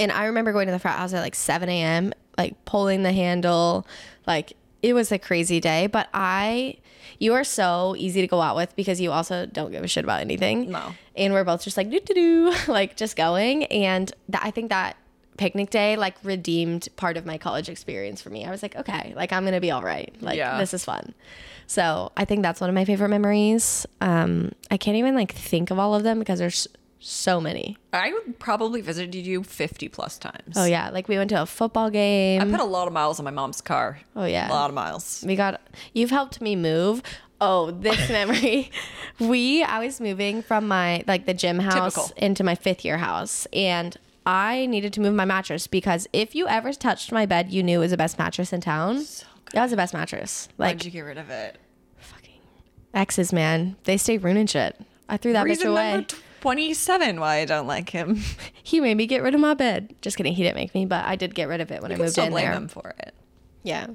[SPEAKER 1] And I remember going to the frat house at like 7 a.m., like pulling the handle. Like it was a crazy day. But I, you are so easy to go out with because you also don't give a shit about anything.
[SPEAKER 2] No.
[SPEAKER 1] And we're both just like, doo doo doo, *laughs* like just going. And that, I think that picnic day like redeemed part of my college experience for me. I was like, okay, like I'm going to be all right. Like
[SPEAKER 2] Yeah.
[SPEAKER 1] this is fun. So I think that's one of my favorite memories. Um, I can't even like think of all of them because there's so many.
[SPEAKER 2] I would probably visited you 50 plus times.
[SPEAKER 1] Oh yeah, like we went to a football
[SPEAKER 2] I
[SPEAKER 1] game.
[SPEAKER 2] put a lot of miles on my mom's car.
[SPEAKER 1] Oh, yeah.
[SPEAKER 2] A lot of miles.
[SPEAKER 1] we got you've helped me move. Oh,
[SPEAKER 2] *laughs*
[SPEAKER 1] this memory. we I was moving from my like the gym house
[SPEAKER 2] Typical.
[SPEAKER 1] into my 5th year house and I needed to move my mattress because if you ever touched my bed, you knew it was the best mattress in town. that was the best mattress.
[SPEAKER 2] Why'd
[SPEAKER 1] Like
[SPEAKER 2] you get rid of it?
[SPEAKER 1] fucking exes, man. They stay ruining shit. I threw that bitch
[SPEAKER 2] Reason
[SPEAKER 1] away.
[SPEAKER 2] number 27 why I don't like him. *laughs*
[SPEAKER 1] he made me get rid of my bed. Just kidding, he didn't make me, but I did get rid of it when I
[SPEAKER 2] I can
[SPEAKER 1] moved
[SPEAKER 2] still
[SPEAKER 1] in
[SPEAKER 2] blame
[SPEAKER 1] there.
[SPEAKER 2] him for it. *laughs*
[SPEAKER 1] Yeah.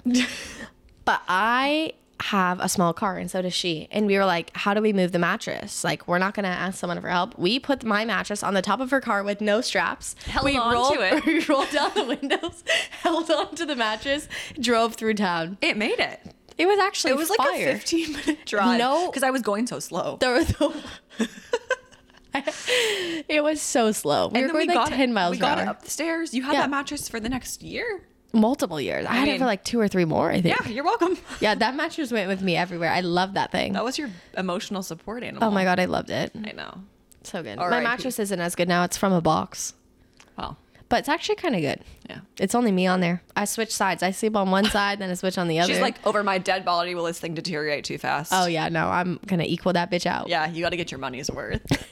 [SPEAKER 1] but I have a small car and so does she. And we were like, how do we move the mattress? Like, we're not going to ask someone for help. We put my mattress on the top of her car with no straps.
[SPEAKER 2] Held
[SPEAKER 1] we
[SPEAKER 2] on to
[SPEAKER 1] rolled, *laughs*
[SPEAKER 2] it.
[SPEAKER 1] We rolled down the windows, *laughs* held on to the mattress, drove through town.
[SPEAKER 2] It made it.
[SPEAKER 1] It was actually
[SPEAKER 2] It was like
[SPEAKER 1] fire.
[SPEAKER 2] a 15 minute *laughs* drive.
[SPEAKER 1] No.
[SPEAKER 2] Because I was going so slow. *laughs*
[SPEAKER 1] There was no- *laughs* it was so slow. We were going like 10
[SPEAKER 2] it.
[SPEAKER 1] miles
[SPEAKER 2] We
[SPEAKER 1] per
[SPEAKER 2] got it
[SPEAKER 1] hour.
[SPEAKER 2] up the stairs. You had
[SPEAKER 1] Yeah.
[SPEAKER 2] that mattress for the next year.
[SPEAKER 1] Multiple years. I, had it
[SPEAKER 2] mean-
[SPEAKER 1] for like two or three more, I think.
[SPEAKER 2] Yeah, you're welcome.
[SPEAKER 1] *laughs* yeah, that mattress went with me everywhere. I love that thing.
[SPEAKER 2] That was your emotional support animal.
[SPEAKER 1] Oh my god, I loved it.
[SPEAKER 2] I know.
[SPEAKER 1] So good. My
[SPEAKER 2] R.I.P..
[SPEAKER 1] mattress isn't as good now. It's from a box,
[SPEAKER 2] Well,
[SPEAKER 1] but it's actually kind of good.
[SPEAKER 2] yeah.
[SPEAKER 1] It's only me on there. I switch sides. I sleep
[SPEAKER 2] *laughs*
[SPEAKER 1] on one side, then I switch on the other.
[SPEAKER 2] She's like, over my dead body, will this thing deteriorate too fast?
[SPEAKER 1] oh yeah, no, I'm gonna equal that bitch out.
[SPEAKER 2] yeah. You got to get your money's worth.
[SPEAKER 1] *laughs*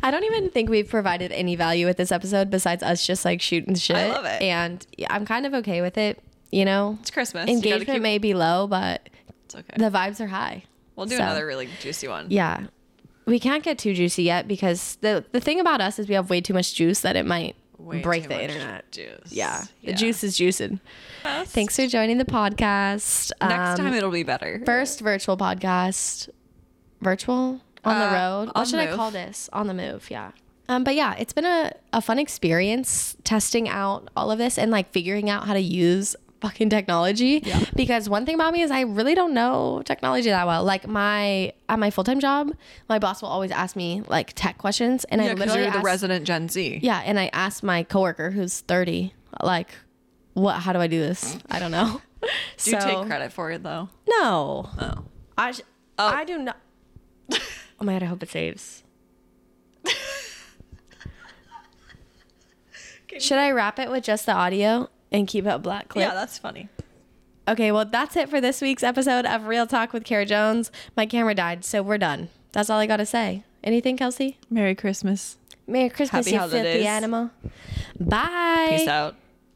[SPEAKER 1] I don't even think we've provided any value with this episode besides us just like shooting shit.
[SPEAKER 2] love it.
[SPEAKER 1] and yeah, I'm kind of okay with it. You know,
[SPEAKER 2] It's Christmas. You gotta
[SPEAKER 1] engagement
[SPEAKER 2] keep-
[SPEAKER 1] may be low, but
[SPEAKER 2] It's okay.
[SPEAKER 1] the vibes are high.
[SPEAKER 2] we'll do
[SPEAKER 1] so-
[SPEAKER 2] another really juicy one.
[SPEAKER 1] Yeah. We can't get too juicy yet because the the thing about us is we have way too much juice that it might
[SPEAKER 2] Way
[SPEAKER 1] break
[SPEAKER 2] too
[SPEAKER 1] the
[SPEAKER 2] much
[SPEAKER 1] internet.
[SPEAKER 2] Juice.
[SPEAKER 1] Yeah. The juice is juicing.
[SPEAKER 2] Yes.
[SPEAKER 1] Thanks for joining the podcast.
[SPEAKER 2] Next
[SPEAKER 1] Um,
[SPEAKER 2] time it'll be better.
[SPEAKER 1] First virtual podcast. Virtual? on the
[SPEAKER 2] Uh,
[SPEAKER 1] road.
[SPEAKER 2] on
[SPEAKER 1] What should
[SPEAKER 2] the
[SPEAKER 1] I
[SPEAKER 2] move.
[SPEAKER 1] call this? On the move, yeah. Um, but yeah, it's been a, a fun experience testing out all of this and like figuring out how to use fucking technology.
[SPEAKER 2] Yeah.
[SPEAKER 1] Because one thing about me is I really don't know technology that well. Like my at my full time job, my boss will always ask me like tech questions, and I
[SPEAKER 2] Yeah, because
[SPEAKER 1] literally
[SPEAKER 2] you're the
[SPEAKER 1] ask-
[SPEAKER 2] resident Gen Z.
[SPEAKER 1] yeah, and I asked my coworker who's thirty, like, what? How do I do this? I don't know.
[SPEAKER 2] Do you take credit for it though?
[SPEAKER 1] No,
[SPEAKER 2] Oh.
[SPEAKER 1] I sh- I do not. oh my god, I hope it saves. Should I wrap it with just the audio and keep it a black clip?
[SPEAKER 2] Yeah, that's funny.
[SPEAKER 1] Okay, well that's it for this week's episode of Real Talk with Kara Jones. My camera died, so we're done. That's all I gotta say. Anything, Kelsey?
[SPEAKER 2] Merry Christmas.
[SPEAKER 1] Merry Christmas,
[SPEAKER 2] Happy
[SPEAKER 1] you filthy
[SPEAKER 2] holidays.
[SPEAKER 1] animal. Bye.
[SPEAKER 2] Peace out.